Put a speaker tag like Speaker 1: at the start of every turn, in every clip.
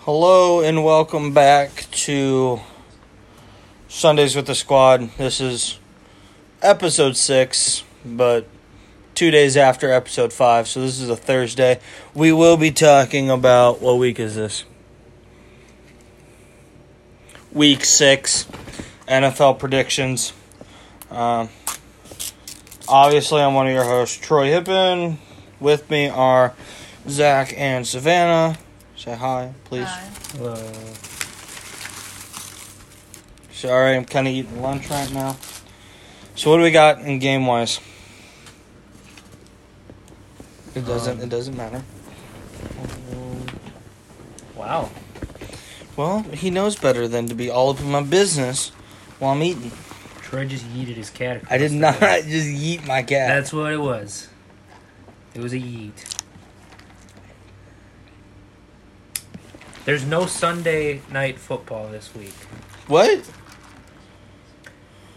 Speaker 1: Hello and welcome back to Sundays with the Squad. This is episode six, but two days after episode five, so this is a Thursday. We will be talking about what week is this? Week six, NFL predictions. Um, obviously, I'm one of your hosts, Troy Hippen. With me are Zach and Savannah. Say hi, please.
Speaker 2: Hi.
Speaker 3: Uh,
Speaker 1: Sorry, I'm kind of eating lunch right now. So what do we got in game wise? It doesn't.
Speaker 3: Um,
Speaker 1: it doesn't matter.
Speaker 3: Wow.
Speaker 1: Well, he knows better than to be all up in my business while I'm eating.
Speaker 3: Troy just yeeted his cat. across
Speaker 1: I did
Speaker 3: the
Speaker 1: not
Speaker 3: room.
Speaker 1: just eat my cat.
Speaker 3: That's what it was. It was a yeet. There's no Sunday night football this week.
Speaker 1: what?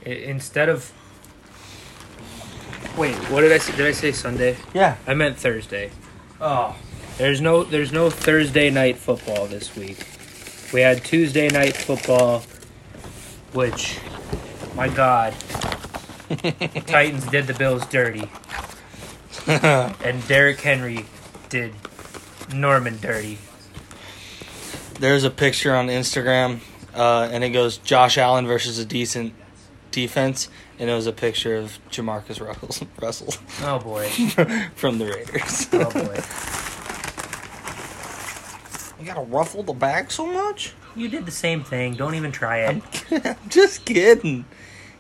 Speaker 3: I- instead of. Wait, what did I say? Did I say Sunday?
Speaker 1: Yeah.
Speaker 3: I meant Thursday.
Speaker 1: Oh.
Speaker 3: There's no there's no Thursday night football this week. We had Tuesday night football, which, my God, Titans did the Bills dirty. and Derrick Henry did Norman dirty.
Speaker 1: There's a picture on Instagram, uh, and it goes Josh Allen versus a decent defense, and it was a picture of Jamarcus Russell, Russell
Speaker 3: Oh boy.
Speaker 1: from the Raiders.
Speaker 3: Oh boy.
Speaker 1: You gotta ruffle the bag so much?
Speaker 3: You did the same thing. Don't even try it.
Speaker 1: I'm, I'm just kidding.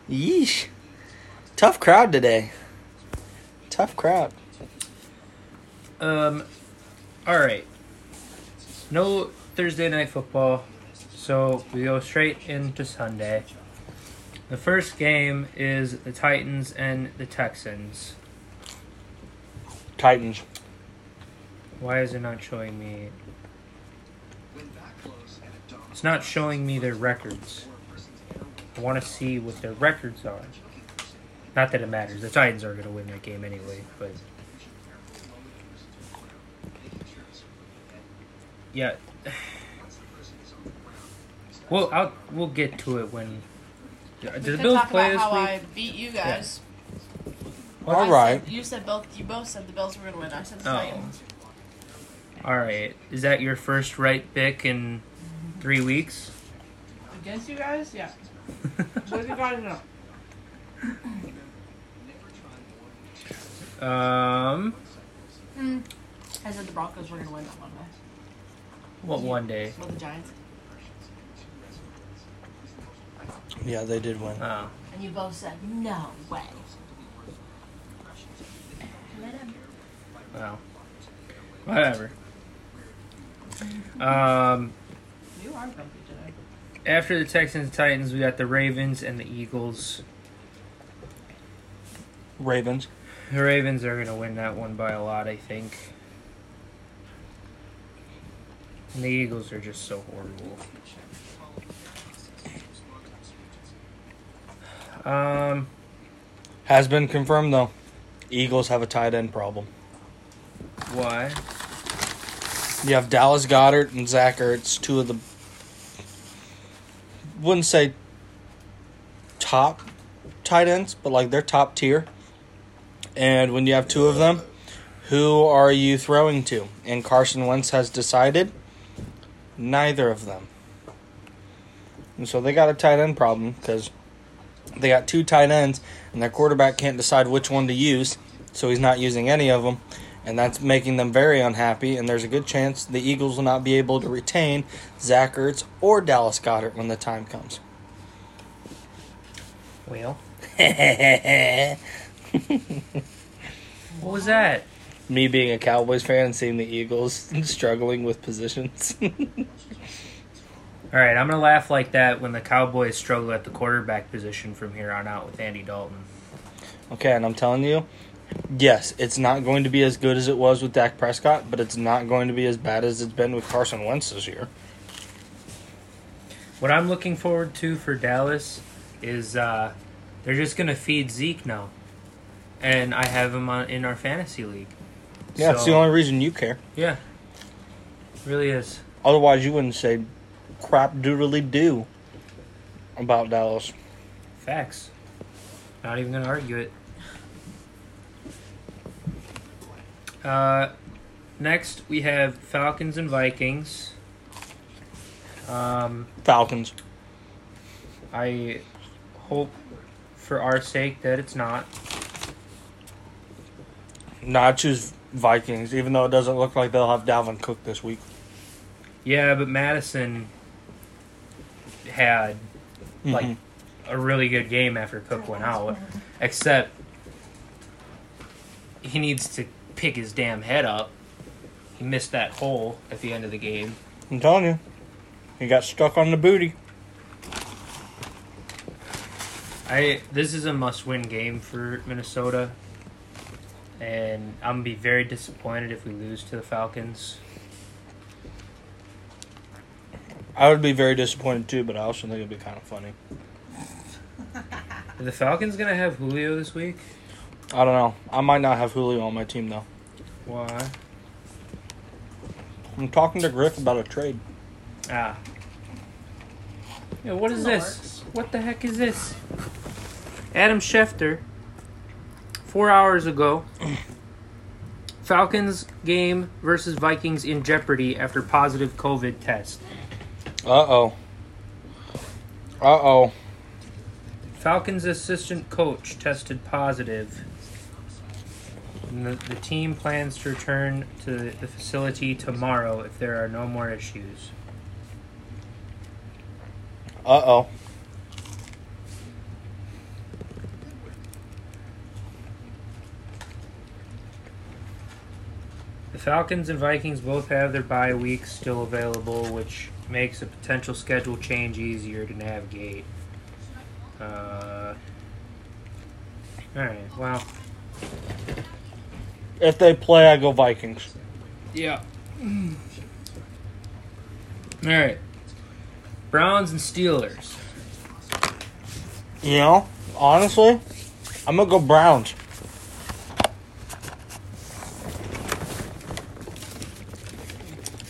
Speaker 1: Yeesh. Tough crowd today. Tough crowd.
Speaker 3: Um, all right. No Thursday night football, so we go straight into Sunday. The first game is the Titans and the Texans.
Speaker 1: Titans.
Speaker 3: Why is it not showing me? It's not showing me their records. I want to see what their records are. Not that it matters. The Titans are going to win that game anyway, but yeah. Well, I'll, we'll get to it when. Did
Speaker 2: We
Speaker 3: the
Speaker 2: could
Speaker 3: Bills
Speaker 2: talk
Speaker 3: play
Speaker 2: about
Speaker 3: this
Speaker 2: how I
Speaker 3: week?
Speaker 2: beat you guys.
Speaker 3: Well,
Speaker 1: All
Speaker 2: I
Speaker 1: right.
Speaker 2: said- you said both. You both said the Bills were gonna win. I said the
Speaker 3: Oh.
Speaker 2: Titans.
Speaker 3: All right. Is that your first right pick in three weeks?
Speaker 2: Against you guys, yeah. What do you guys know?
Speaker 3: Um.
Speaker 2: Mm. I said the Broncos were gonna win that one day.
Speaker 3: What one day?
Speaker 2: Well, the Giants.
Speaker 1: Yeah, they did win.
Speaker 3: Oh.
Speaker 2: And you both said no way. Let 'em.
Speaker 3: Wow. Whatever. Um,
Speaker 2: You are grumpy today.
Speaker 3: after the Texans and Titans, we got the Ravens and the Eagles.
Speaker 1: Ravens.
Speaker 3: The Ravens are going to win that one by a lot, I think. And the Eagles are just so horrible. Um,
Speaker 1: Has been confirmed, though. Eagles have a tight end problem.
Speaker 3: why?
Speaker 1: You have Dallas Goddard and Zach Ertz, two of the. Wouldn't say top tight ends, but like they're top tier. And when you have two of them, who are you throwing to? And Carson Wentz has decided neither of them. And so they got a tight end problem because they got two tight ends, and their quarterback can't decide which one to use, so he's not using any of them, and that's making them very unhappy. And there's a good chance the Eagles will not be able to retain Zach Ertz or Dallas Goddard when the time comes.
Speaker 3: Well,
Speaker 1: Me
Speaker 3: what was that?
Speaker 1: being a Cowboys fan and seeing the Eagles struggling with positions.
Speaker 3: All right, I'm going to laugh like that when the Cowboys struggle at the quarterback position from here on out with Andy Dalton.
Speaker 1: okay, and I'm telling you, yes, it's not going to be as good as it was with Dak Prescott, but it's not going to be as bad as it's been with Carson Wentz this year.
Speaker 3: What I'm looking forward to for Dallas is uh, they're just gonna feed Zeke now, and I have him on, in our fantasy league.
Speaker 1: Yeah, it's the
Speaker 3: So-
Speaker 1: only reason you care.
Speaker 3: yeah. really is.
Speaker 1: Otherwise, you wouldn't say crap doodly do about Dallas.
Speaker 3: Facts. Not even gonna argue it. Uh, next we have Falcons and Vikings. Um,
Speaker 1: Falcons.
Speaker 3: I hope for our sake that it's not.
Speaker 1: No, I choose Vikings, even though it doesn't look like they'll have Dalvin Cook this week.
Speaker 3: Yeah, but Madison had like
Speaker 1: Mhm.
Speaker 3: a really good game after Cook went out, except he needs to pick his damn head up. He missed that hole at the end of the game.
Speaker 1: I'm telling you, he got stuck on the booty.
Speaker 3: I this is a must-win game for Minnesota, and I'm gonna be very disappointed if we lose to the Falcons.
Speaker 1: I would be very disappointed too, but I also think it'd be kind of funny.
Speaker 3: Are the Falcons gonna have Julio this week?
Speaker 1: I don't know. I might not have Julio on my team though.
Speaker 3: Why?
Speaker 1: I'm talking to Griff about a trade.
Speaker 3: Ah. Yeah, what is
Speaker 2: In the
Speaker 3: this? What the heck is this? Adam Schefter, four hours ago, Falcons game versus Vikings in jeopardy after positive COVID test.
Speaker 1: Uh oh. Uh oh.
Speaker 3: Falcons assistant coach tested positive. And the, the team plans to return to the facility tomorrow if there are no more issues.
Speaker 1: Uh oh.
Speaker 3: The Falcons and Vikings both have their bye weeks still available, which makes a potential schedule change easier to navigate. Uh, all right. Well.
Speaker 1: If they play, I go Vikings.
Speaker 3: Yeah. all right. Browns and Steelers.
Speaker 1: You know, honestly, I'm gonna go Browns.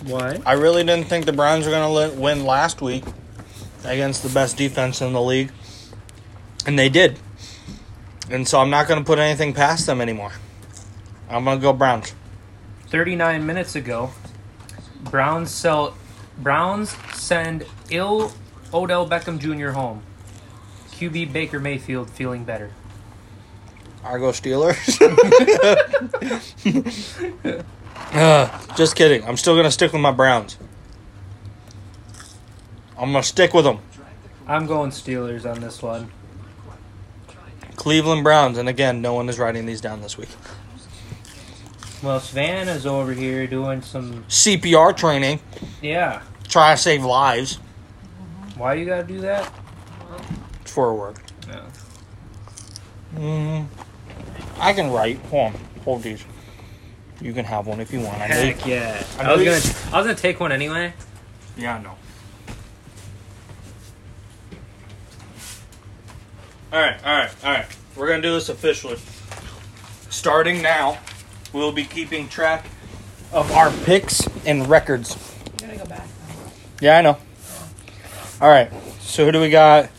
Speaker 3: What?
Speaker 1: I really didn't think the Browns were gonna li- win last week against the best defense in the league, and they did. And so I'm not gonna put anything past them anymore. I'm gonna go Browns.
Speaker 3: 39 minutes ago, Browns sell Browns send ill Odell Beckham Jr. home. QB Baker Mayfield feeling better.
Speaker 1: I go Steelers. Ugh, Uh, just kidding. I'm still gonna stick with my Browns. I'm gonna stick with them.
Speaker 3: I'm going Steelers on this one.
Speaker 1: Cleveland Browns, and again, no one is writing these down this week.
Speaker 3: Well, Savannah's over here doing some.
Speaker 1: CPR training,
Speaker 3: Yeah.
Speaker 1: try to save lives.
Speaker 3: Why you gotta do that?
Speaker 1: It's for work.
Speaker 3: No.
Speaker 1: Mm, I can write. Hold on. Hold these. You can have one if you want. I know.
Speaker 3: Heck yeah.
Speaker 1: I
Speaker 3: I was
Speaker 1: know you-
Speaker 3: gonna. I was gonna take one anyway.
Speaker 1: Yeah, I know. All right, all right, all right. We're gonna do this officially. Starting now, we'll be keeping track of our picks and records.
Speaker 2: You gotta go back.
Speaker 1: Yeah, I know. All right. So who do we got?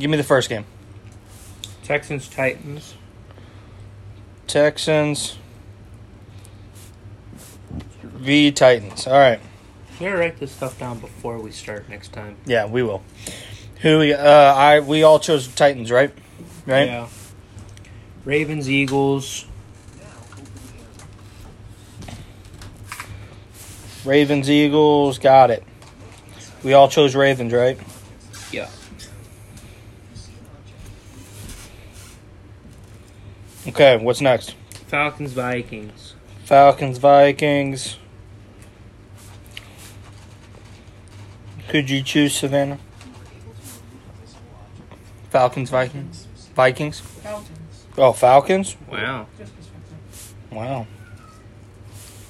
Speaker 1: Give me the first game.
Speaker 3: Texans Titans.
Speaker 1: Texans v Titans. All right.
Speaker 3: I'm gonna write this stuff down before we start next time.
Speaker 1: Yeah, we will. Who do we? Uh, I we all chose Titans, right? Right.
Speaker 3: Yeah. Ravens Eagles.
Speaker 1: Ravens, Eagles. Got it. We all chose Ravens, right?
Speaker 3: Yeah.
Speaker 1: Okay. What's next?
Speaker 3: Falcons Vikings.
Speaker 1: Falcons, Vikings. Could you choose Savannah? Falcons, Vikings. Vikings.
Speaker 2: Falcons.
Speaker 1: Oh, Falcons.
Speaker 3: Wow.
Speaker 2: Just as
Speaker 1: Wow.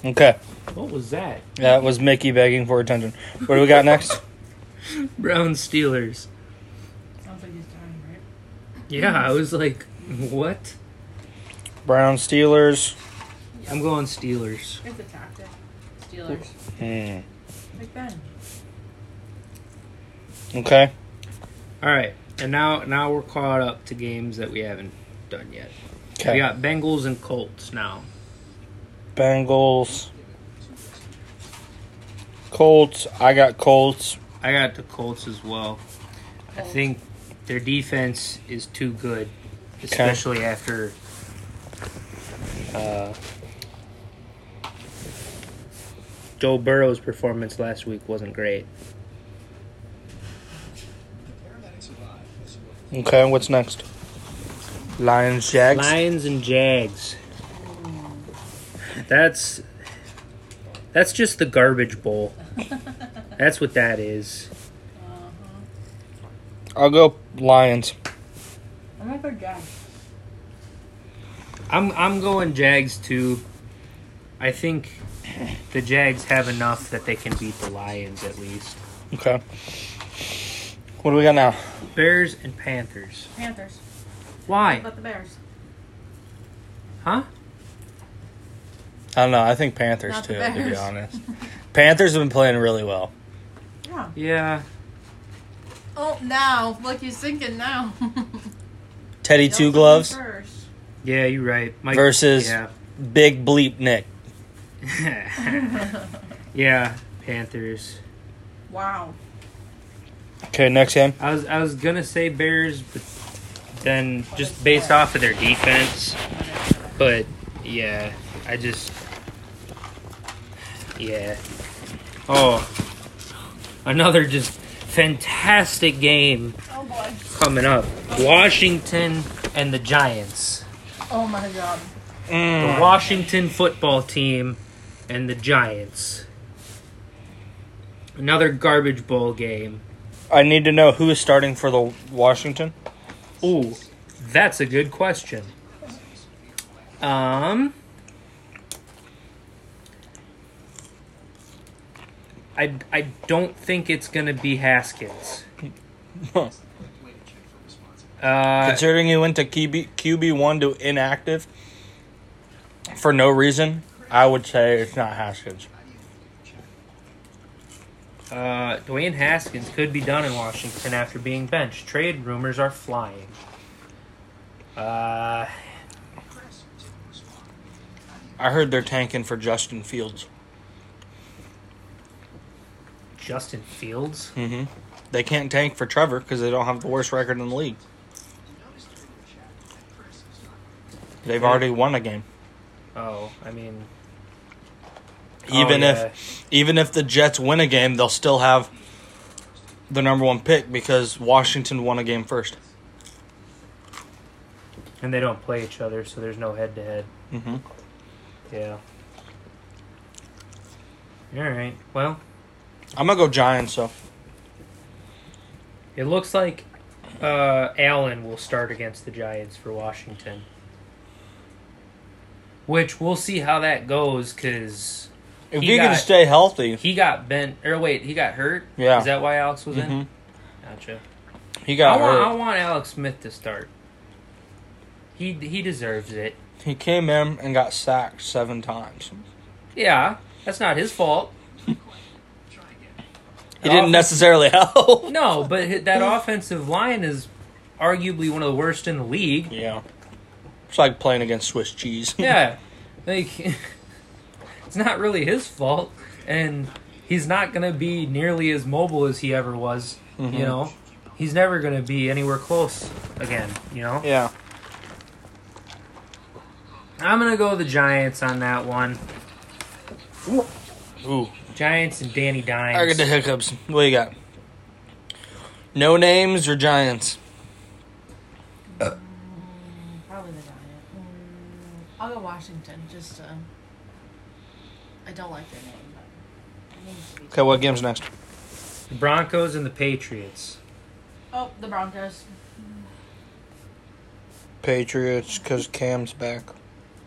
Speaker 1: Okay.
Speaker 3: What was that?
Speaker 1: That was Mickey begging for attention. What do we got next?
Speaker 3: Browns Steelers.
Speaker 2: Sounds like he's dying, right?
Speaker 3: Yeah, I was like, what?
Speaker 1: Brown Steelers.
Speaker 3: I'm going Steelers.
Speaker 2: It's a tactic. Steelers.
Speaker 1: Hmm.
Speaker 2: Big Ben.
Speaker 1: Okay.
Speaker 3: All right, and now now we're caught up to games that we haven't done yet.
Speaker 1: Okay.
Speaker 3: We got Bengals and Colts now.
Speaker 1: Bengals. Colts. I got Colts.
Speaker 3: I got the Colts as well. I think their defense is too good, especially after uh, Joe Burrow's performance last week wasn't great.
Speaker 1: Okay, what's next? Lions, Jags.
Speaker 3: Lions and Jags. That's that's just the garbage bowl. That's what that is.
Speaker 2: Uh-huh.
Speaker 1: I'll go Lions.
Speaker 2: I'm gonna go Jack.
Speaker 3: I'm I'm going Jags too. I think the Jags have enough that they can beat the Lions at least.
Speaker 1: Okay. What do we got now?
Speaker 3: Bears and Panthers.
Speaker 2: Panthers. What
Speaker 3: Why?
Speaker 2: about the Bears?
Speaker 3: Huh?
Speaker 1: I don't know. I think Panthers
Speaker 2: Not the
Speaker 1: too, to be
Speaker 2: Bears.
Speaker 1: honest. Panthers have been playing really well.
Speaker 2: Yeah.
Speaker 3: Yeah.
Speaker 2: Oh, now look, he's thinking now.
Speaker 1: Teddy Two Gloves,
Speaker 2: First.
Speaker 3: Yeah, you're right. Mike,
Speaker 1: Versus-
Speaker 3: Yeah.
Speaker 1: Big Bleep Nick.
Speaker 3: yeah, Panthers.
Speaker 2: Wow.
Speaker 1: Okay, next game.
Speaker 3: I was I was gonna say Bears, but then just based off of their defense.
Speaker 2: Oh,
Speaker 3: But yeah, I just yeah. Oh, another just fantastic game
Speaker 2: Oh boy.
Speaker 3: coming up. Washington and the Giants.
Speaker 2: Oh my god.
Speaker 3: The Washington football team and the Giants. Another garbage bowl game.
Speaker 1: I need to know who is starting for the Washington.
Speaker 3: Ooh, that's a good question. Um, I, I don't think it's gonna be Haskins. Uh,
Speaker 1: Considering he went to QB QB one to inactive for no reason, I would say it's not Haskins.
Speaker 3: uh, Dwayne Haskins could be done in Washington after being benched. Trade rumors are flying. Uh,
Speaker 1: I heard they're tanking for Justin Fields.
Speaker 3: Justin Fields.
Speaker 1: Mm-hmm. They can't tank for Trevor because they don't have the worst record in the league. They've already won a game.
Speaker 3: Oh, I mean, oh,
Speaker 1: Even
Speaker 3: yeah.
Speaker 1: if even if the Jets win a game, they'll still have the number one pick because Washington won a game first.
Speaker 3: and they don't play each other, so there's no head to head.
Speaker 1: Mm-hmm.
Speaker 3: Yeah. All right. Well,
Speaker 1: I'm gonna go Giants. So
Speaker 3: it looks like uh, Allen will start against the Giants for Washington, which we'll see how that goes because
Speaker 1: if
Speaker 3: He
Speaker 1: he can
Speaker 3: got-
Speaker 1: stay healthy,
Speaker 3: he got bent. Or wait, he got hurt.
Speaker 1: Yeah.
Speaker 3: Is that why Alex was
Speaker 1: hmm
Speaker 3: in? Gotcha.
Speaker 1: he got
Speaker 3: I want. I
Speaker 1: hurt.
Speaker 3: want Alex Smith to start. He he deserves it.
Speaker 1: He came in and got sacked seven times.
Speaker 3: Yeah, that's not his fault.
Speaker 1: He didn't necessarily help.
Speaker 3: No, but hi- that offensive line is arguably one of the worst in the league.
Speaker 1: Yeah, it's like playing against Swiss cheese.
Speaker 3: Yeah, like it's not really his fault, and he's not gonna be nearly as mobile as he ever was.
Speaker 1: Mhm.
Speaker 3: You know, he's never gonna be anywhere close again. You know,
Speaker 1: yeah.
Speaker 3: I'm gonna go the Giants on that one.
Speaker 1: Ooh.
Speaker 3: Giants and Danny
Speaker 1: I get the
Speaker 3: Dimes.
Speaker 1: hiccups. What do you got? No names or Giants?
Speaker 2: Probably the Giant. Mm, I'll go Washington. Just to, I don't like their name, but it needs to be.
Speaker 1: Okay, what game's next?
Speaker 3: The Broncos and the Patriots.
Speaker 2: Oh, the Broncos.
Speaker 1: Patriots, because Cam's back.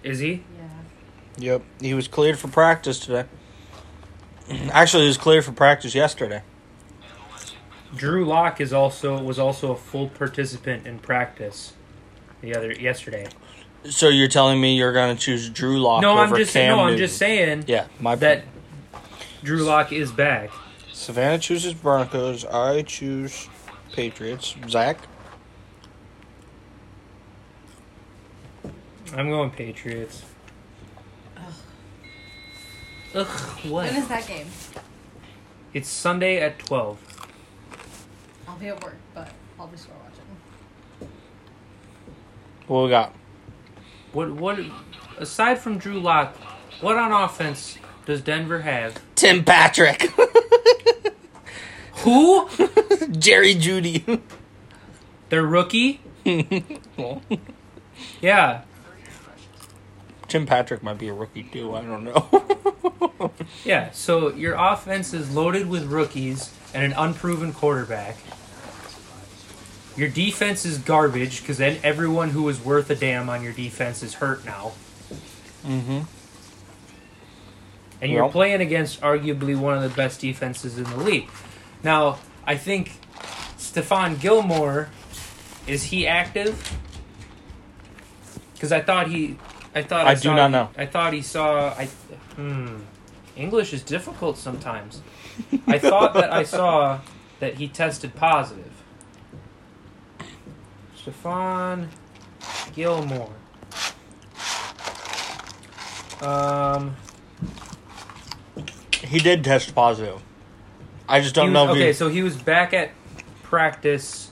Speaker 3: Is he?
Speaker 2: Yeah.
Speaker 1: Yep. He was cleared for practice today. Actually, he was cleared for practice yesterday.
Speaker 3: Drew Locke is also was also a full participant in practice the other yesterday.
Speaker 1: So you're telling me you're going to choose Drew Lock
Speaker 3: no,
Speaker 1: over
Speaker 3: I'm just
Speaker 1: Cam
Speaker 3: no, I'm
Speaker 1: Newton.
Speaker 3: just saying
Speaker 1: Yeah, my
Speaker 3: that Drew Lock is back.
Speaker 1: Savannah chooses Broncos. I choose Patriots. Zach.
Speaker 3: I'm going Patriots.
Speaker 2: Ugh.
Speaker 3: Ugh,
Speaker 2: When is
Speaker 3: what?
Speaker 2: that game?
Speaker 3: It's Sunday at 12.
Speaker 2: I'll be at work, but I'll be still watching.
Speaker 1: What we got?
Speaker 3: What, what, aside from Drew Lock, what on offense does Denver have?
Speaker 1: Tim Patrick.
Speaker 3: Who?
Speaker 1: Jerry Judy.
Speaker 3: Their rookie? Yeah.
Speaker 1: Tim Patrick might be a rookie too. I don't know.
Speaker 3: Yeah, so your offense is loaded with rookies and an unproven quarterback. Your defense is garbage because then everyone who is worth a damn on your defense is hurt now.
Speaker 1: mm-hmm.
Speaker 3: And you're
Speaker 1: Yep.
Speaker 3: playing against arguably one of the best defenses in the league. Now, I think Stefan Gilmore is he active? Because I thought he, I thought
Speaker 1: I do
Speaker 3: saw-
Speaker 1: not know.
Speaker 3: I thought he saw. I hmm, English is difficult sometimes. I thought that I saw that he tested positive. Stefan Gilmore. Um.
Speaker 1: He did test positive. I just don't
Speaker 3: He
Speaker 1: know.
Speaker 3: was-
Speaker 1: if
Speaker 3: okay,
Speaker 1: he-
Speaker 3: so he was back at practice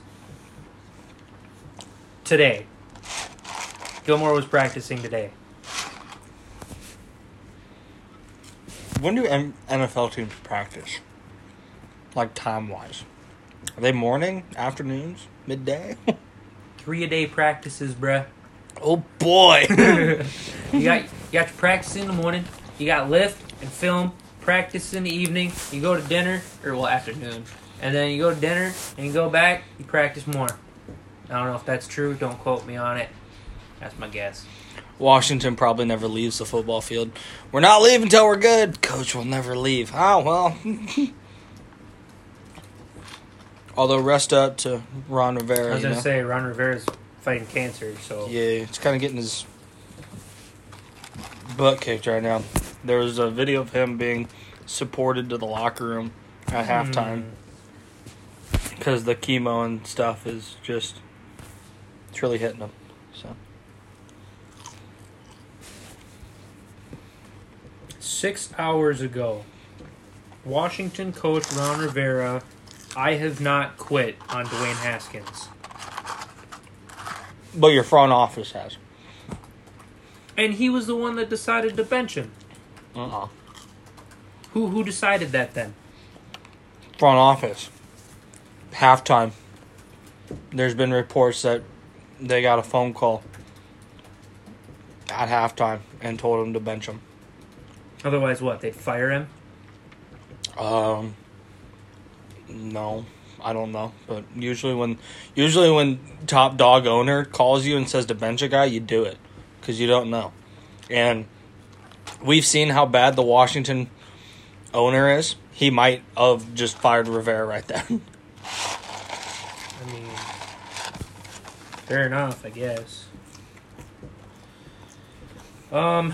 Speaker 3: today. Gilmore was practicing today.
Speaker 1: when do M- NFL teams practice? Like time wise, are they morning, afternoons, midday?
Speaker 3: Three a day practices, bruh.
Speaker 1: oh boy.
Speaker 3: You got you got your practice in the morning. You got lift and film practice in the evening. You go to dinner or well afternoon, and then you go to dinner and you go back. You practice more. I don't know if that's true. Don't quote me on it. That's my guess.
Speaker 1: Washington probably never leaves the football field. We're not leaving until we're good. Coach will never leave. Oh, well. Although, rest up to Ron
Speaker 3: I
Speaker 1: Rivera.
Speaker 3: was
Speaker 1: You
Speaker 3: gonna
Speaker 1: know?
Speaker 3: say Ron Rivera's fighting cancer, so
Speaker 1: Yeah, it's kind of getting his butt kicked right now. There was a video of him being supported to the locker room at halftime
Speaker 3: Hmm.
Speaker 1: because the chemo and stuff is just it's really hitting him. So
Speaker 3: Six hours ago, Washington coach Ron Rivera, I have not quit on Dwayne Haskins.
Speaker 1: but your front office has.
Speaker 3: And he was the one that decided to bench him.
Speaker 1: Uh-uh.
Speaker 3: Who who decided that then?
Speaker 1: front office. Halftime. There's been reports that they got a phone call at halftime and told him to bench him.
Speaker 3: Otherwise what? They'd fire him?
Speaker 1: Um, no, I don't know. But usually when usually when top dog owner calls you and says to bench a guy, you do it because you don't know. And we've seen how bad the Washington owner is. He might have just fired Rivera right then.
Speaker 3: I mean Fair enough, I guess. Um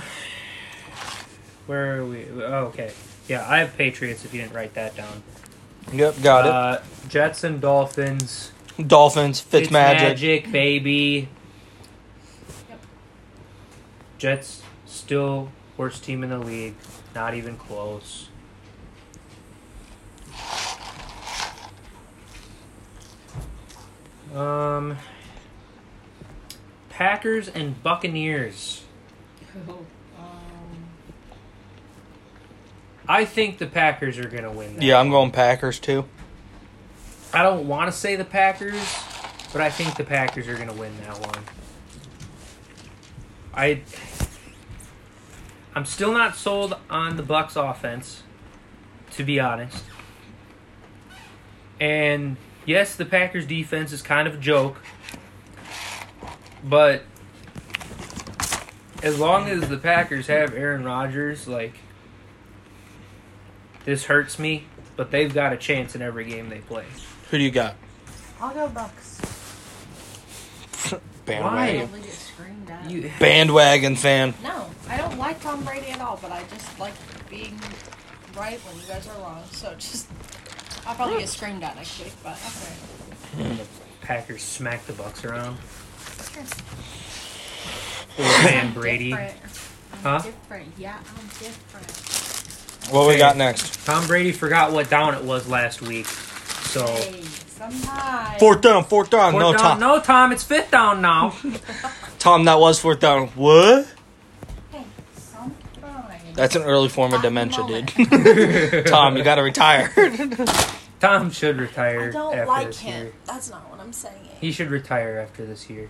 Speaker 3: where are we? Oh, okay. Yeah, I have Patriots if you didn't write that down.
Speaker 1: yep, got it.
Speaker 3: Uh, Jets and Dolphins.
Speaker 1: Dolphins,
Speaker 3: It's
Speaker 1: Fitzmagic.
Speaker 3: baby.
Speaker 2: Yep.
Speaker 3: Jets still worst team in the league. Not even close. Um, Packers and Buccaneers.
Speaker 2: Cool. Oh, Um,
Speaker 3: I think the Packers are gonna win. That.
Speaker 1: Yeah, I'm going Packers too.
Speaker 3: I don't want to say the Packers, but I think the Packers are going to win that one. I I'm still not sold on the Bucks offense, to be honest. And yes, the Packers defense is kind of a joke, but as long as the Packers have Aaron Rodgers, like this hurts me, but they've got a chance in every game they play.
Speaker 1: Who do you got?
Speaker 2: I'll go Bucks. I
Speaker 1: Bandwagon.
Speaker 2: probably get screamed at.
Speaker 3: You,
Speaker 1: Bandwagon fan.
Speaker 2: No, I don't like Tom Brady at all, but I just like being right when you guys are wrong. So just, I'll probably get screamed at next week, but okay.
Speaker 3: And the
Speaker 2: Um,
Speaker 3: Packers smack the Bucks around.
Speaker 2: Sure.
Speaker 3: Or Sam Brady.
Speaker 2: Different. I'm
Speaker 3: Huh?
Speaker 2: different. Yeah, I'm different.
Speaker 1: What we
Speaker 3: Hey.
Speaker 1: got next?
Speaker 3: Tom Brady forgot what down it was last week. So
Speaker 2: Hey, sometimes.
Speaker 1: Fourth down, fourth down.
Speaker 3: Fourth
Speaker 1: Oh, no,
Speaker 3: down-
Speaker 1: Tom.
Speaker 3: no Tom, it's fifth down now.
Speaker 1: Tom, that was fourth down. What?
Speaker 2: Hey, sometimes.
Speaker 1: That's an early form of
Speaker 2: Not the
Speaker 1: dementia,
Speaker 2: moment.
Speaker 1: dude. Tom, you gotta retire.
Speaker 3: Tom should retire
Speaker 2: I don't
Speaker 3: after
Speaker 2: like
Speaker 3: this
Speaker 2: him.
Speaker 3: year.
Speaker 2: That's not what I'm saying.
Speaker 3: He should retire after this year.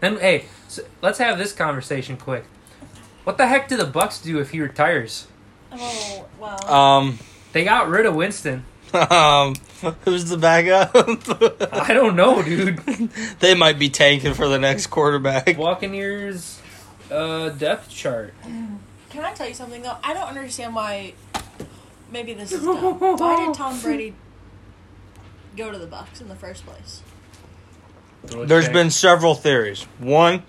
Speaker 3: Then hey, s let's have this conversation quick. What the heck do the Bucks do if he retires?
Speaker 2: Oh, well.
Speaker 3: Uh.
Speaker 1: um,
Speaker 3: They got rid of Winston.
Speaker 1: um, who's the backup?
Speaker 3: I don't know, dude.
Speaker 1: they might be tanking for the next quarterback.
Speaker 3: Buccaneers uh, depth chart.
Speaker 2: Can I tell you something though? I don't understand why. Maybe this is dumb. Why did Tom Brady go to the Bucks in the first place?
Speaker 1: There's been several theories. One,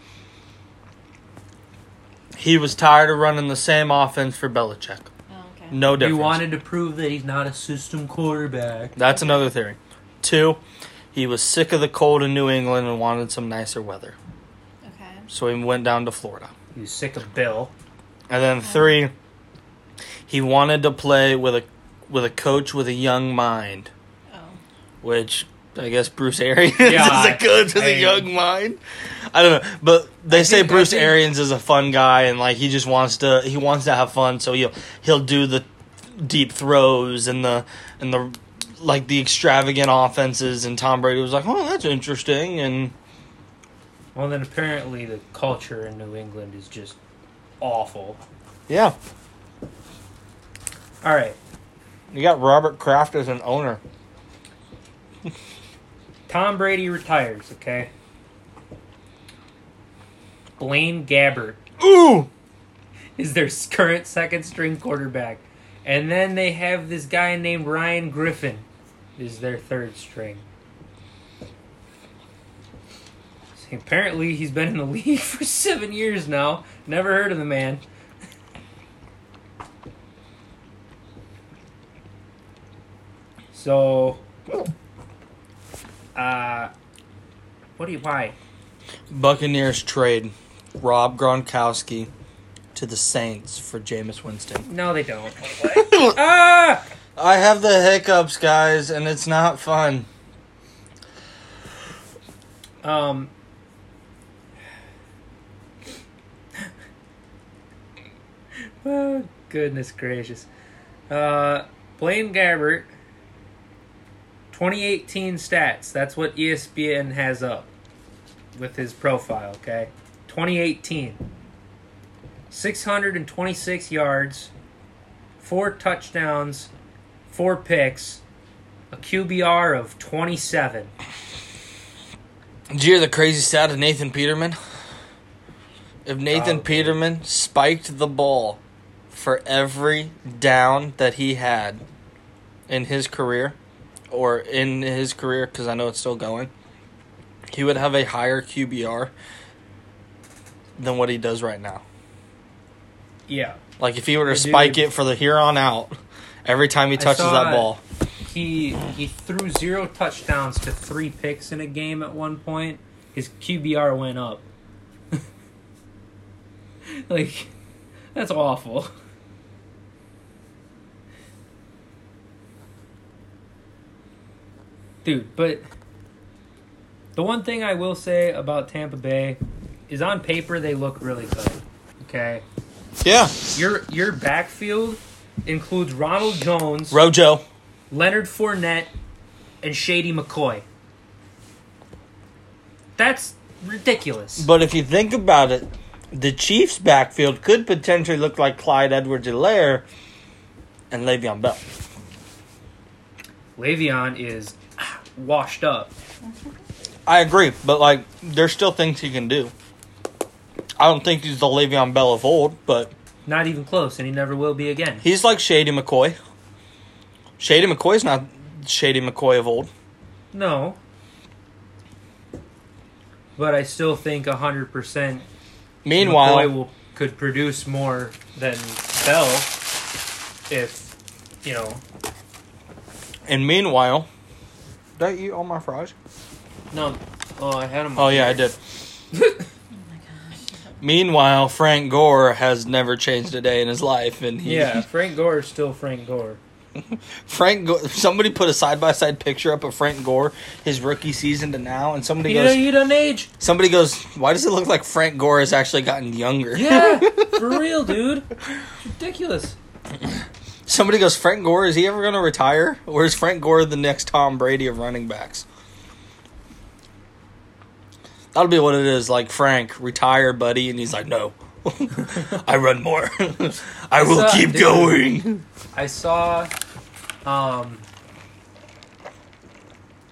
Speaker 1: he was tired of running the same offense for Belichick.
Speaker 2: Oh, okay.
Speaker 1: No
Speaker 3: He
Speaker 1: difference.
Speaker 3: wanted to prove that he's not a system quarterback.
Speaker 1: That's another theory. Two, he was sick of the cold in New England and wanted some nicer weather.
Speaker 2: Okay.
Speaker 1: So he went down to Florida.
Speaker 3: He was sick of Bill.
Speaker 1: And then three, he wanted to play with a with a coach with a young mind,
Speaker 2: Oh.
Speaker 1: which I guess Bruce Arians is
Speaker 3: Yeah,
Speaker 1: a coach with
Speaker 3: I-
Speaker 1: a young mind. I don't know, but they say
Speaker 3: think- I
Speaker 1: Bruce
Speaker 3: think-
Speaker 1: Arians is a fun guy and like he just wants to he wants to have fun, so he'll he'll do the deep throws and the and the like the extravagant offenses. And Tom Brady was like, "Oh, that's interesting," and
Speaker 3: Well, then apparently the culture in New England is just awful.
Speaker 1: yeah,
Speaker 3: All right,
Speaker 1: you got Robert Kraft as an owner.
Speaker 3: Tom Brady retires. Okay. Blaine Gabbert
Speaker 1: Ooh,
Speaker 3: is their current second string quarterback, and then they have this guy named Ryan Griffin is their third string. See, apparently, he's been in the league for seven years now. Never heard of the man. So, uh, what do you buy?
Speaker 1: Buccaneers trade Rob Gronkowski to the Saints for Jameis Winston.
Speaker 3: No, they don't. ah!
Speaker 1: I have the hiccups, guys, and it's not fun.
Speaker 3: Um. oh, goodness gracious. Uh, Blaine Gabbert, 2018 stats. That's what E ESPN has up with his profile, okay? 2018. 626 yards, four touchdowns, four picks, a QBR of 27.
Speaker 1: Did you hear the crazy stat of Nathan Peterman? If Nathan
Speaker 3: Probably.
Speaker 1: Peterman spiked the ball for every down that he had in his career, or in his career, because I know it's still going, he would have a higher QBR than what he does right now.
Speaker 3: Yeah.
Speaker 1: Like if he were to
Speaker 3: Dude.
Speaker 1: spike it for the here on out, every time he touches
Speaker 3: saw
Speaker 1: that
Speaker 3: it.
Speaker 1: ball,
Speaker 3: he he threw zero touchdowns to three picks in a game at one point. His QBR went up. like, that's awful. Dude, but the one thing I will say about Tampa Bay is on paper they look really good. Okay.
Speaker 1: yeah,
Speaker 3: Your your backfield includes Ronald Jones.
Speaker 1: Rojo,
Speaker 3: Leonard Fournette, and Shady McCoy. That's ridiculous.
Speaker 1: But if you think about it, the Chiefs' backfield could potentially look like Clyde edwards helaire and Le'Veon Bell.
Speaker 3: Le'Veon is washed up.
Speaker 1: I agree, but like, there's still things he can do. I don't think he's the Le'Veon Bell of old, but
Speaker 3: Not even close, and he never will be again.
Speaker 1: he's like Shady McCoy. Shady McCoy's not Shady McCoy of old.
Speaker 3: No. But I still think 100%
Speaker 1: Meanwhile,
Speaker 3: McCoy will, could produce more than Bell if you know,
Speaker 1: And meanwhile, did I eat all my fries?
Speaker 3: no. Oh, I had them.
Speaker 1: Oh yeah, I did.
Speaker 2: Oh my gosh.
Speaker 1: Meanwhile, Frank Gore has never changed a day in his life, and he,
Speaker 3: Yeah, Frank Gore is still Frank Gore.
Speaker 1: Frank. Gore, somebody put a side by side picture up of Frank Gore his rookie season to now, and somebody
Speaker 3: He,
Speaker 1: goes,
Speaker 3: he done age.
Speaker 1: somebody goes, why does it look like Frank Gore has actually gotten younger?
Speaker 3: Yeah, for real, dude. It's ridiculous.
Speaker 1: Somebody goes, Frank Gore is he ever going to retire, or is Frank Gore the next Tom Brady of running backs? That'll be what it is. Like Frank, retire, buddy, and he's like, no. I run more. I will
Speaker 3: up,
Speaker 1: keep
Speaker 3: dude?
Speaker 1: going.
Speaker 3: I saw um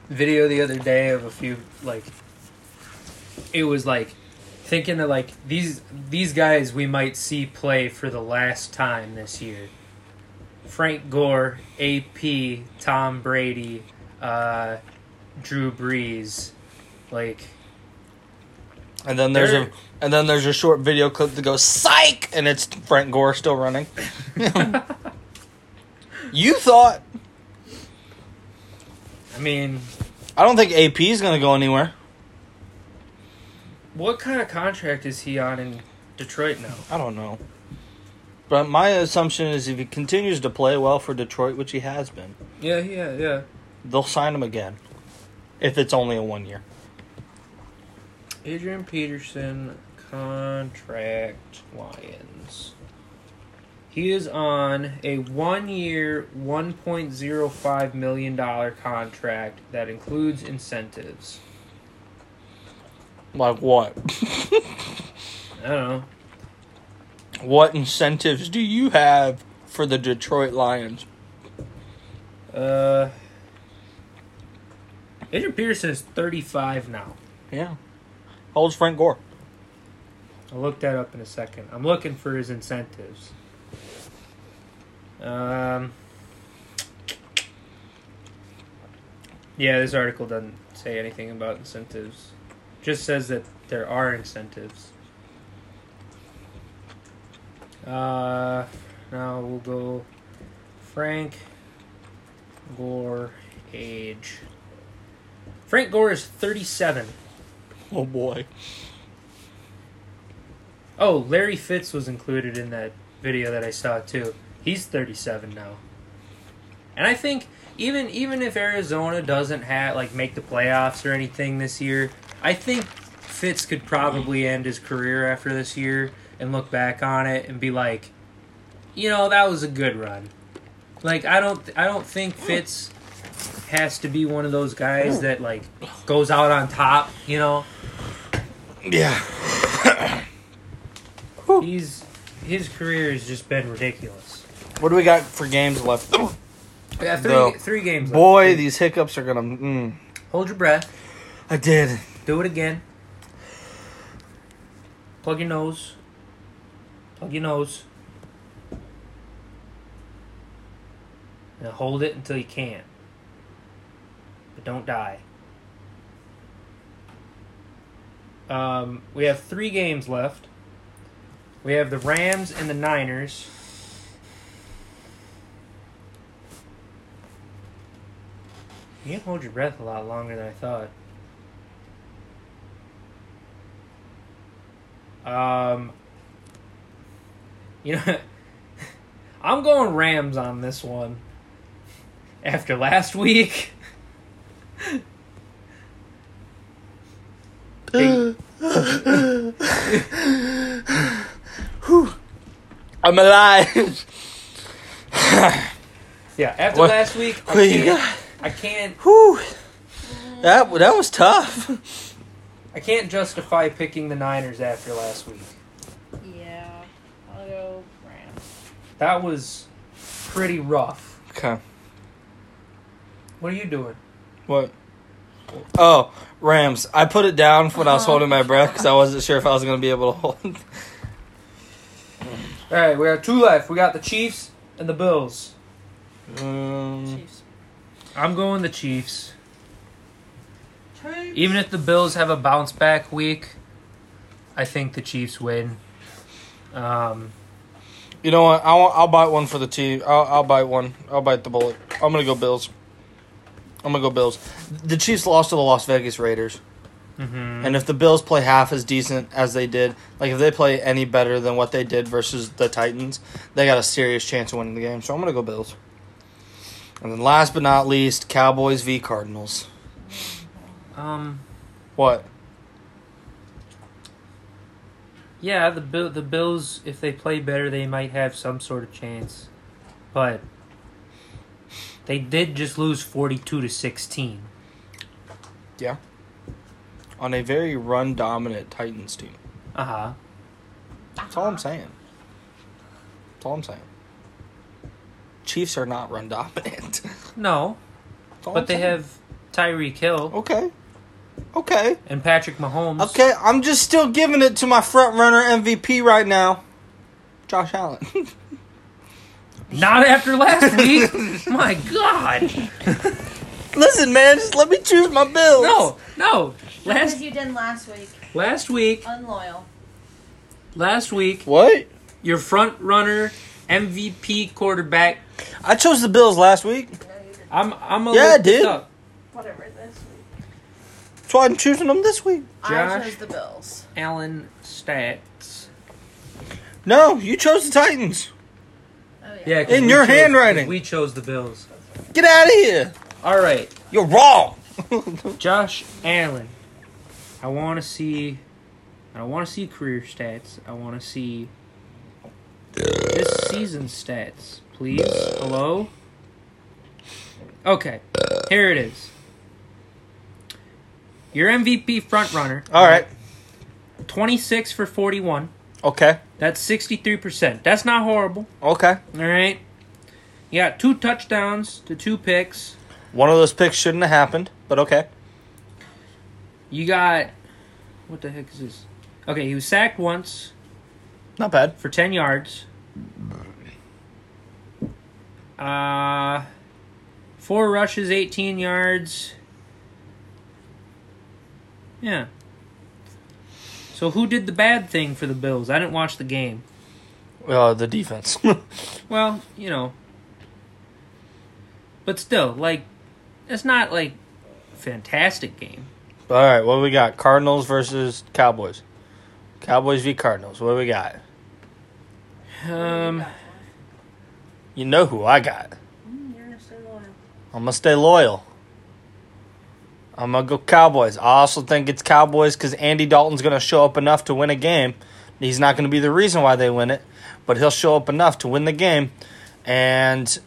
Speaker 3: video the other day of a few like it was like thinking of like these these guys we might see play for the last time this year. Frank Gore, AP, Tom Brady, uh, Drew Brees, like
Speaker 1: And then there's a
Speaker 3: They're-
Speaker 1: and then there's a short video clip that goes psych and it's Frank Gore still running. you thought
Speaker 3: I mean,
Speaker 1: I don't think AP is going to go anywhere.
Speaker 3: what kind of contract is he on in Detroit now?
Speaker 1: I don't know. But my assumption is if he continues to play well for Detroit, which he has been,
Speaker 3: Yeah, yeah, yeah.
Speaker 1: they'll sign him again. If it's only a one year.
Speaker 3: Adrian Peterson contract Lions. He is on a one year, $1.05 million contract that includes incentives.
Speaker 1: Like what?
Speaker 3: I don't know.
Speaker 1: What incentives do you have for the Detroit Lions?
Speaker 3: Uh, Adrian Peterson is 35 now.
Speaker 1: Yeah. How old's Frank Gore?
Speaker 3: I'll look that up in a second. I'm looking for his incentives. Um, yeah, this article doesn't say anything about incentives. Just says that there are incentives. Uh, now we'll go Frank Gore age. Frank Gore is 37.
Speaker 1: Oh boy.
Speaker 3: Oh, Larry Fitz was included in that video that I saw too. He's 37 now. And I think even even if Arizona doesn't have like make the playoffs or anything this year, I think Fitz could probably end his career after this year and look back on it and be like, you know, that was a good run. Like I don't I don't think Fitz has to be one of those guys that like goes out on top, you know.
Speaker 1: Yeah.
Speaker 3: He's his career has just been ridiculous.
Speaker 1: What do we got for games left?
Speaker 3: Yeah, three,
Speaker 1: No.
Speaker 3: three games. left.
Speaker 1: Boy, these hiccups are gonna. Mm.
Speaker 3: hold your breath.
Speaker 1: I did.
Speaker 3: Do it again. Plug your nose. Plug your nose. Now hold it until you can't. But don't die. Um, we have three games left. We have the Rams and the Niners. You can hold your breath a lot longer than I thought. Um, you know, I'm going Rams on this one. After last week, They-
Speaker 1: I'm alive.
Speaker 3: yeah, after
Speaker 1: What-
Speaker 3: last week, I
Speaker 1: what you
Speaker 3: can't, I can't,
Speaker 1: Whew. That that was tough.
Speaker 3: I can't justify picking the Niners after last week.
Speaker 2: Yeah. I'll go Rams.
Speaker 3: That was pretty rough.
Speaker 1: Okay.
Speaker 3: What are you doing?
Speaker 1: What? Oh, Rams. I put it down when I was holding my breath because I wasn't sure if I was gonna be able to hold.
Speaker 3: All right, we got two left. We got the Chiefs and the Bills.
Speaker 1: Um,
Speaker 2: Chiefs.
Speaker 3: I'm going the Chiefs.
Speaker 2: Chiefs.
Speaker 3: Even if the Bills have a bounce back week, I think the Chiefs win. Um,
Speaker 1: You know what? I'll, I'll bite one for the team. I'll, I'll bite one. I'll bite the bullet. I'm gonna go Bills. I'm gonna go Bills. The Chiefs lost to the Las Vegas Raiders,
Speaker 3: Mm-hmm.
Speaker 1: and if the Bills play half as decent as they did, like if they play any better than what they did versus the Titans, they got a serious chance of winning the game. So I'm gonna go Bills. And then last but not least, Cowboys v Cardinals.
Speaker 3: Um.
Speaker 1: What?
Speaker 3: Yeah, the Bill, the Bills, if they play better, they might have some sort of chance, but they did just lose forty-two to sixteen.
Speaker 1: Yeah. On a very run dominant Titans team.
Speaker 3: Uh huh.
Speaker 1: That's all I'm saying. That's all I'm saying. Chiefs are not run dominant. That's
Speaker 3: No,
Speaker 1: all I'm
Speaker 3: but they
Speaker 1: saying.
Speaker 3: have Tyreek Hill
Speaker 1: Okay. Okay.
Speaker 3: and Patrick Mahomes.
Speaker 1: Oh. Okay, I'm just still giving it to my front runner MVP right now, Josh Allen.
Speaker 3: Not after last week. My God.
Speaker 1: Listen, man, just let me choose my bills.
Speaker 3: No, no.
Speaker 4: Last...
Speaker 3: Last
Speaker 4: you did last week.
Speaker 3: last week,
Speaker 4: Unloyal.
Speaker 3: last week,
Speaker 1: What?
Speaker 3: your front runner MVP quarterback.
Speaker 1: I chose the Bills last week.
Speaker 4: No, you did.
Speaker 3: I'm I'm a
Speaker 1: Yeah,
Speaker 3: look this
Speaker 1: dude.
Speaker 3: up.
Speaker 4: Whatever this week.
Speaker 1: That's why I'm choosing them this week.
Speaker 2: I
Speaker 3: Josh?
Speaker 2: chose the Bills.
Speaker 3: Allen stats.
Speaker 1: No, you chose the Titans.
Speaker 4: Oh yeah.
Speaker 3: Yeah, 'cause
Speaker 1: In
Speaker 3: we
Speaker 1: your
Speaker 3: chose-
Speaker 1: handwriting.
Speaker 3: We chose the Bills.
Speaker 1: Get out of here.
Speaker 3: All right,
Speaker 1: You're wrong.
Speaker 3: Josh Allen. I want to see. I don't want to see career stats. I want to see this season stats, please. Hello. Okay, here it is. Your MVP front runner.
Speaker 1: All right.
Speaker 3: Twenty six for forty one.
Speaker 1: Okay.
Speaker 3: That's sixty three percent. That's not horrible.
Speaker 1: Okay.
Speaker 3: All right. You got two touchdowns to two picks.
Speaker 1: One of those picks shouldn't have happened, but okay.
Speaker 3: You got what the heck is this? Okay, he was sacked once
Speaker 1: Not bad.
Speaker 3: for ten yards. Uh four rushes, eighteen yards. Yeah. So who did the bad thing for the Bills? I didn't watch the game.
Speaker 1: Uh, the defense.
Speaker 3: Well, you know. But still, like it's not like fantastic game.
Speaker 1: All right, what do we got? Cardinals versus Cowboys. Cowboys v Cardinals. What do we got?
Speaker 3: Um
Speaker 1: You know who I got.
Speaker 4: Mm, you're so loyal.
Speaker 1: I'm gonna stay loyal. I'm gonna go Cowboys. I also think it's Cowboys because Andy Dalton's gonna show up enough to win a game. He's not gonna be the reason why they win it, but he'll show up enough to win the game, and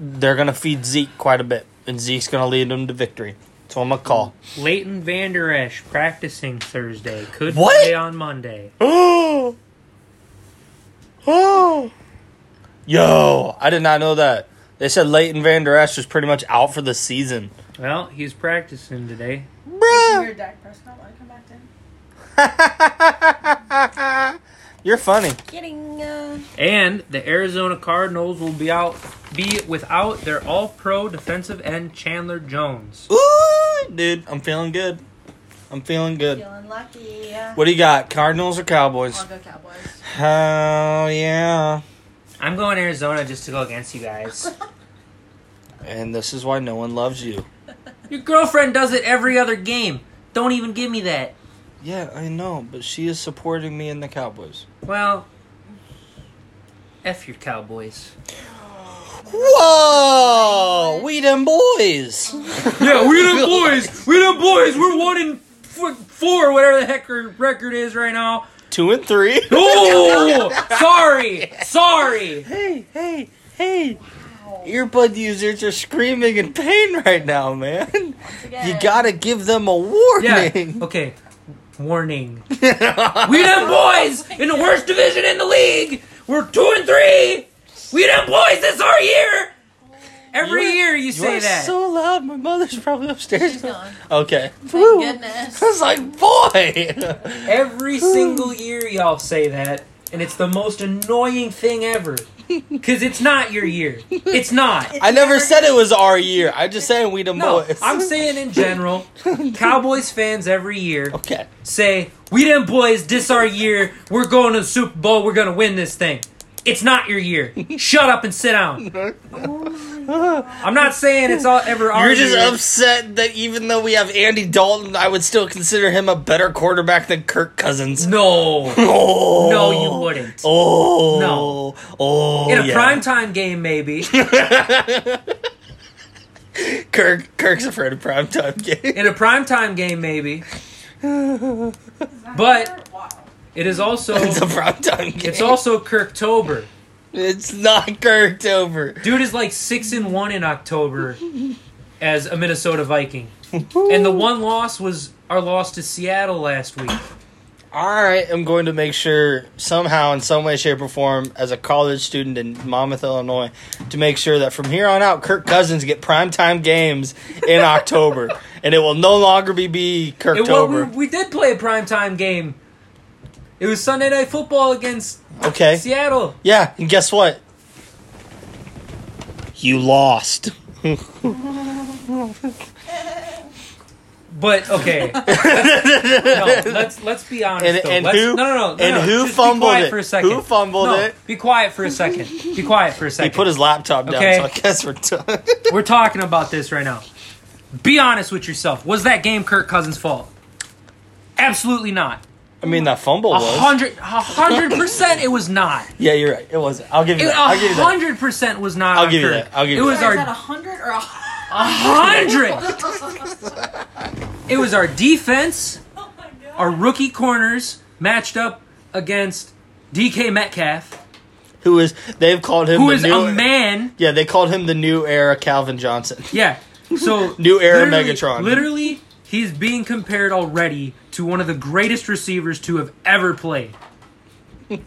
Speaker 1: they're gonna feed Zeke quite a bit, and Zeke's gonna lead them to victory. So I'm gonna call.
Speaker 3: Leighton Vander Esch practicing Thursday. Could
Speaker 1: What?
Speaker 3: play on Monday.
Speaker 1: Oh, oh, yo! I did not know that. They said Leighton Van Der Esch was pretty much out for the season,
Speaker 3: Well, he's practicing today.
Speaker 4: Did you
Speaker 1: bruh.
Speaker 4: hear Dak Prescott want to come back in?
Speaker 1: You're funny.
Speaker 4: Getting uh.
Speaker 3: And the Arizona Cardinals will be out be without their all pro defensive end Chandler Jones.
Speaker 1: Ooh, dude, I'm feeling good. I'm feeling good.
Speaker 4: Feeling lucky. I'll
Speaker 1: What do you got, Cardinals or Cowboys?
Speaker 4: go Cowboys.
Speaker 1: Hell yeah!
Speaker 3: I'm going Arizona just to go against you guys.
Speaker 1: And this is why no one loves you.
Speaker 3: Your girlfriend does it every other game. Don't even give me that.
Speaker 1: Yeah, I know, but she is supporting me in the Cowboys.
Speaker 3: Well, F your Cowboys.
Speaker 1: Whoa, we them boys.
Speaker 3: Yeah, we the boys. We the boys. We're one in f- four, whatever the heck our record is right now.
Speaker 1: Two and three.
Speaker 3: Oh, sorry, sorry.
Speaker 1: Hey, hey, hey.
Speaker 4: Oh,
Speaker 1: Earbud users are screaming in pain right now, man. You
Speaker 4: Again.
Speaker 1: gotta give them a
Speaker 3: Yeah.
Speaker 1: warning.
Speaker 3: Okay. Warning. we them boys in the worst division in the league. We're two and three. We them boys this our year. Every
Speaker 1: You are-
Speaker 3: year you, say
Speaker 1: You're
Speaker 3: that.
Speaker 1: so loud. My mother's probably
Speaker 4: She's
Speaker 1: upstairs.
Speaker 4: gone.
Speaker 1: Okay.
Speaker 4: Thank
Speaker 1: Woo.
Speaker 4: goodness.
Speaker 1: I was like, boy.
Speaker 3: Every single year y'all say that, and it's the most annoying thing ever. Cause it's not your year. It's not.
Speaker 1: I never said it was our year. I just saying we the
Speaker 3: No,
Speaker 1: boys.
Speaker 3: I'm saying in general, Cowboys fans every year
Speaker 1: okay.
Speaker 3: say, "We them boys, this our year. We're going to the Super Bowl. We're going to win this thing." It's not your year. Shut up and sit down. I'm not saying it's all ever our
Speaker 1: Oh You're just
Speaker 3: year.
Speaker 1: upset that even though we have Andy Dalton, I would still consider him a better quarterback than Kirk Cousins.
Speaker 3: No.
Speaker 1: Oh,
Speaker 3: No, you wouldn't.
Speaker 1: Oh
Speaker 3: No.
Speaker 1: Oh,
Speaker 3: In a
Speaker 1: yeah.
Speaker 3: primetime game, maybe.
Speaker 1: Kirk Kirk's afraid of primetime game.
Speaker 3: In a primetime game, maybe. But-
Speaker 4: Wow.
Speaker 3: It is also
Speaker 1: It's a primetime game.
Speaker 3: it's also Kirktober.
Speaker 1: It's not Kirk over.
Speaker 3: Dude is like six and one in October as a Minnesota Viking, and the one loss was our loss to Seattle last week.
Speaker 1: I am going to make sure somehow, in some way, shape, or form, as a college student in Monmouth, Illinois, to make sure that from here on out, Kirk Cousins get primetime games in October, and it will no longer be be
Speaker 3: And well, we,
Speaker 1: Kirktober.
Speaker 3: we did play a primetime game. It was Sunday Night Football against
Speaker 1: Okay.
Speaker 3: Seattle.
Speaker 1: Yeah, and guess what? You lost.
Speaker 3: But okay, no, let's let's be honest.
Speaker 1: And-
Speaker 3: though.
Speaker 1: and
Speaker 3: Let's-
Speaker 1: who-
Speaker 3: no, no, no, no,
Speaker 1: and
Speaker 3: no,
Speaker 1: who
Speaker 3: just
Speaker 1: fumbled
Speaker 3: be quiet
Speaker 1: it?
Speaker 3: For a second.
Speaker 1: Who fumbled
Speaker 3: no,
Speaker 1: it?
Speaker 3: Be quiet for a second. Be quiet for a
Speaker 1: He
Speaker 3: second.
Speaker 1: put his laptop down,
Speaker 3: Okay.
Speaker 1: so I guess we're done.
Speaker 3: We're talking about this right now. Be honest with yourself. Was that game Kirk Cousins' fault? Absolutely not.
Speaker 1: I mean, that fumble
Speaker 3: A
Speaker 1: was.
Speaker 3: hundred, a hundred percent, it was not.
Speaker 1: Yeah, you're right. It wasn't. I'll give
Speaker 3: It-
Speaker 1: you
Speaker 3: A
Speaker 1: that. I'll give you that.
Speaker 3: hundred percent was not.
Speaker 1: I'll
Speaker 3: on
Speaker 1: give you
Speaker 3: Kirk.
Speaker 1: that. I'll give
Speaker 3: It
Speaker 1: you
Speaker 3: was
Speaker 1: that.
Speaker 4: Sorry, is that a
Speaker 3: our
Speaker 4: hundred or a?
Speaker 3: hundred. It was our defense,
Speaker 4: Oh my god.
Speaker 3: our rookie corners matched up against DK Metcalf,
Speaker 1: Who is? They've called him
Speaker 3: who
Speaker 1: the
Speaker 3: is
Speaker 1: new. e-
Speaker 3: a man.
Speaker 1: Yeah, they called him the new era Calvin Johnson.
Speaker 3: Yeah. So
Speaker 1: New era
Speaker 3: literally-
Speaker 1: Megatron.
Speaker 3: Literally, he's being compared already to one of the greatest receivers to have ever played.
Speaker 1: and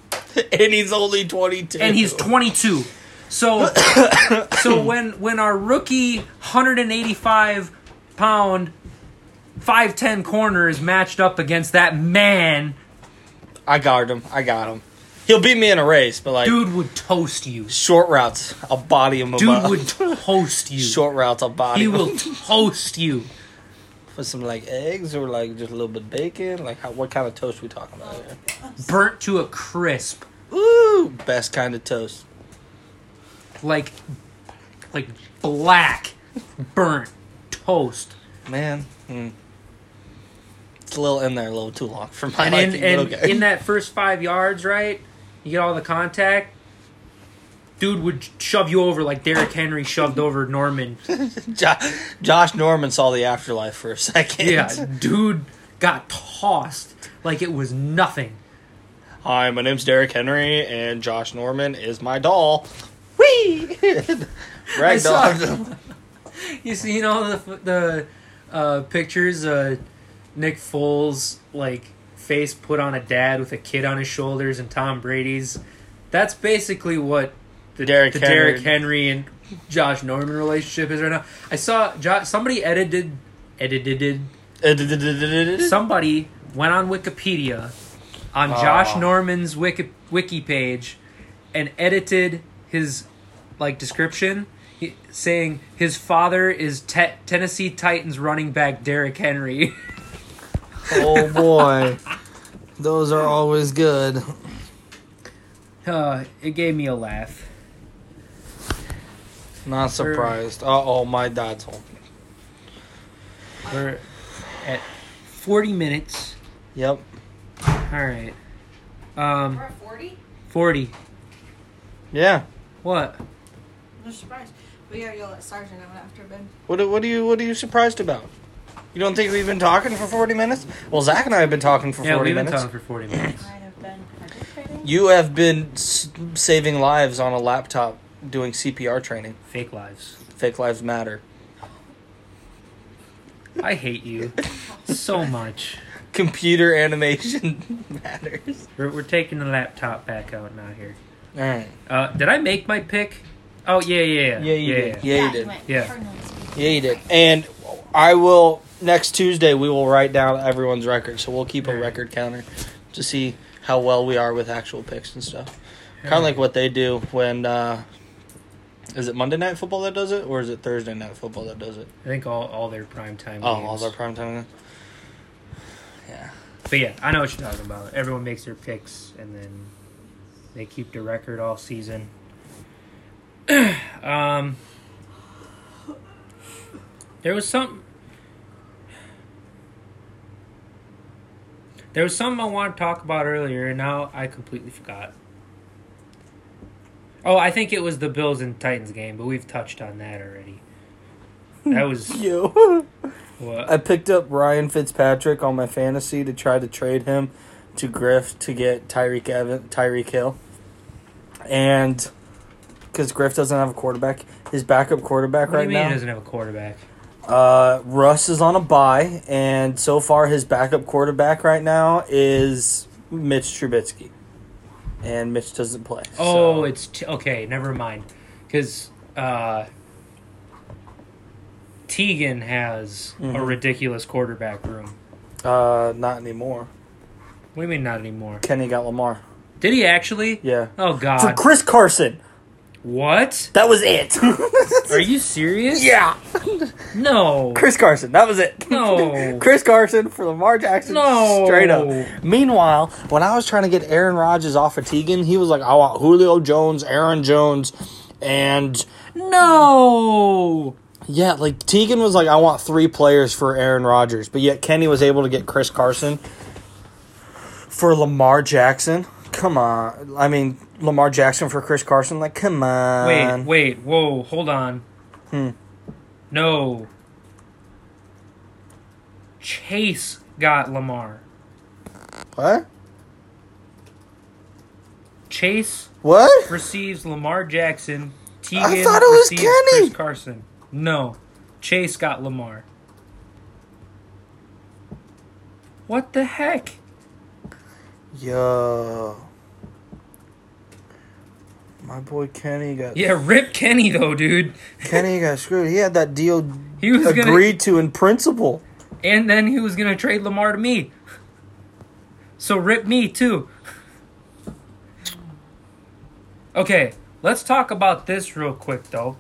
Speaker 1: he's only 22.
Speaker 3: and he's 22. So, so when when our rookie 185 pound 5'10 corner is matched up against that man,
Speaker 1: I got him. I got him. He'll beat me in a race, but like
Speaker 3: dude would toast you.
Speaker 1: short routes, I'll body him.
Speaker 3: Dude
Speaker 1: about.
Speaker 3: would toast you.
Speaker 1: short routes, I'll body
Speaker 3: He
Speaker 1: him.
Speaker 3: will toast you.
Speaker 1: With some like eggs or like just a little bit of bacon. Like how, what kind of toast we talking about here?
Speaker 3: Burnt to a crisp.
Speaker 1: Ooh, best kind of toast.
Speaker 3: Like like black burnt toast.
Speaker 1: Man, mm. it's a little in there, a little too long for my
Speaker 3: And in,
Speaker 1: liking.
Speaker 3: and
Speaker 1: but okay.
Speaker 3: in that first five yards, right? You get all the contact. Dude would shove you over like Derrick Henry shoved over Norman.
Speaker 1: Jo- Josh Norman saw the afterlife for a second.
Speaker 3: Yeah, dude got tossed like it was nothing.
Speaker 1: Hi, my name's Derek Henry, and Josh Norman is my doll. Whee!
Speaker 3: I
Speaker 1: Rag
Speaker 3: saw-
Speaker 1: doll.
Speaker 3: You see, you know the the uh, pictures. Uh, Nick Foles like face put on a dad with a kid on his shoulders, and Tom Brady's. That's basically what the
Speaker 1: Derrick
Speaker 3: the
Speaker 1: Henry.
Speaker 3: Derrick Henry and Josh Norman relationship is right now. I saw jo- somebody edited edited
Speaker 1: Uh,
Speaker 3: somebody went on Wikipedia on Josh
Speaker 1: Oh.
Speaker 3: Norman's wiki wiki page and edited his like description he- saying his father is te- Tennessee Titans running back Derrick Henry.
Speaker 1: oh boy, those are always good.
Speaker 3: uh, it gave me a laugh.
Speaker 1: Not surprised. Uh oh, my dad's home.
Speaker 3: We're at 40 minutes.
Speaker 1: Yep.
Speaker 3: All right. Um
Speaker 4: We're at forty.
Speaker 3: 40.
Speaker 1: Yeah.
Speaker 3: What?
Speaker 4: No surprise. We gotta go let Sergeant out after bed.
Speaker 1: What, what are you What are you surprised about? You don't think we've been talking for forty minutes? Well, Zach and I have been talking for
Speaker 3: Yeah,
Speaker 1: forty
Speaker 3: we've been
Speaker 1: minutes.
Speaker 3: talking for 40 minutes.
Speaker 4: I have been participating.
Speaker 1: You have been s- saving lives on a laptop doing CPR training.
Speaker 3: Fake lives.
Speaker 1: Fake lives matter.
Speaker 3: I hate you so much.
Speaker 1: Computer animation matters.
Speaker 3: We're, we're taking the laptop back out now here.
Speaker 1: All right.
Speaker 3: Uh, did I make my pick? Oh yeah, yeah, yeah,
Speaker 1: Yeah, you did. Yeah, you did.
Speaker 4: went
Speaker 3: Yeah.
Speaker 4: Cardinals.
Speaker 1: Yeah, you did. And I will next Tuesday. We will write down everyone's record, so we'll keep a
Speaker 3: Alright.
Speaker 1: record counter to see how well we are with actual picks and stuff. Kind of like what they do when uh, is it Monday Night Football that does it, or is it Thursday Night Football that does it?
Speaker 3: I think all all their prime time.
Speaker 1: Oh,
Speaker 3: games.
Speaker 1: all their prime time. Yeah.
Speaker 3: But yeah, I know what you're talking about. Everyone makes their picks, and then They keep the record all season. um, there was some. There was something I wanted to talk about earlier, and now I completely forgot. Oh, I think it was the Bills and Titans game, but we've touched on that already. That was
Speaker 1: Yo.
Speaker 3: what
Speaker 1: I picked up Ryan Fitzpatrick on my fantasy to try to trade him to Griff to get Tyreek Evan Tyreek Hill, and because Griff doesn't have a quarterback, his backup quarterback
Speaker 3: What do you
Speaker 1: right
Speaker 3: mean he
Speaker 1: now,
Speaker 3: doesn't have a quarterback?
Speaker 1: uh, Russ is on a bye, and so far his backup quarterback right now is Mitch Trubisky, and Mitch doesn't play.
Speaker 3: Oh,
Speaker 1: so-
Speaker 3: it's t- okay. Never mind, because uh, Tegan has a
Speaker 1: Mhm.
Speaker 3: ridiculous quarterback room.
Speaker 1: uh, not anymore.
Speaker 3: What do you mean not anymore?
Speaker 1: Kenny got Lamar.
Speaker 3: Did he actually?
Speaker 1: Yeah.
Speaker 3: Oh
Speaker 1: For
Speaker 3: God!
Speaker 1: Chris Carson,
Speaker 3: what?
Speaker 1: that was it.
Speaker 3: Are you serious?
Speaker 1: yeah.
Speaker 3: No.
Speaker 1: Chris Carson. That was it.
Speaker 3: No.
Speaker 1: Chris Carson for Lamar Jackson.
Speaker 3: No.
Speaker 1: Straight up. Meanwhile, when I was trying to get Aaron Rodgers off of Tegan, he was like, I want Julio Jones, Aaron Jones, and
Speaker 3: No.
Speaker 1: yeah, like Tegan was like, I want three players for Aaron Rodgers, but yet Kenny was able to get Chris Carson for Lamar Jackson. Come on. I mean, Lamar Jackson for Chris Carson. Like, come on.
Speaker 3: Wait. Wait. Whoa. Hold on.
Speaker 1: Hmm.
Speaker 3: No. Chase got Lamar.
Speaker 1: What?
Speaker 3: Chase
Speaker 1: What?
Speaker 3: receives Lamar Jackson. Tegan
Speaker 1: thought it was
Speaker 3: receives
Speaker 1: Kenny.
Speaker 3: Chris Carson. No, Chase got Lamar. What the heck?
Speaker 1: Yo. My boy Kenny got
Speaker 3: Yeah, rip Kenny though, dude.
Speaker 1: Kenny got screwed. He had that deal
Speaker 3: He was gonna-
Speaker 1: agreed to in principle.
Speaker 3: And then he was gonna trade Lamar to me. So rip me too. Okay, let's talk about this real quick though.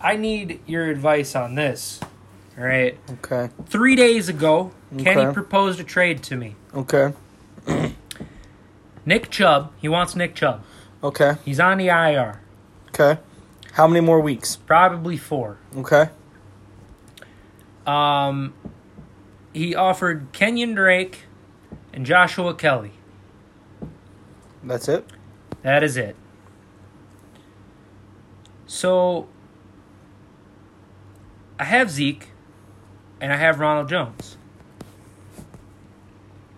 Speaker 3: I need your advice on this. All right.
Speaker 1: Okay.
Speaker 3: Three days ago, Kenny
Speaker 1: Okay.
Speaker 3: proposed a trade to me.
Speaker 1: Okay.
Speaker 3: Nick Chubb. He wants Nick Chubb.
Speaker 1: Okay.
Speaker 3: He's on the IR,
Speaker 1: Okay. How many more weeks?
Speaker 3: probably four.
Speaker 1: Okay.
Speaker 3: Um, he offered Kenyon Drake and Joshua Kelly.
Speaker 1: That's it.
Speaker 3: That is it. So I have Zeke and I have Ronald Jones.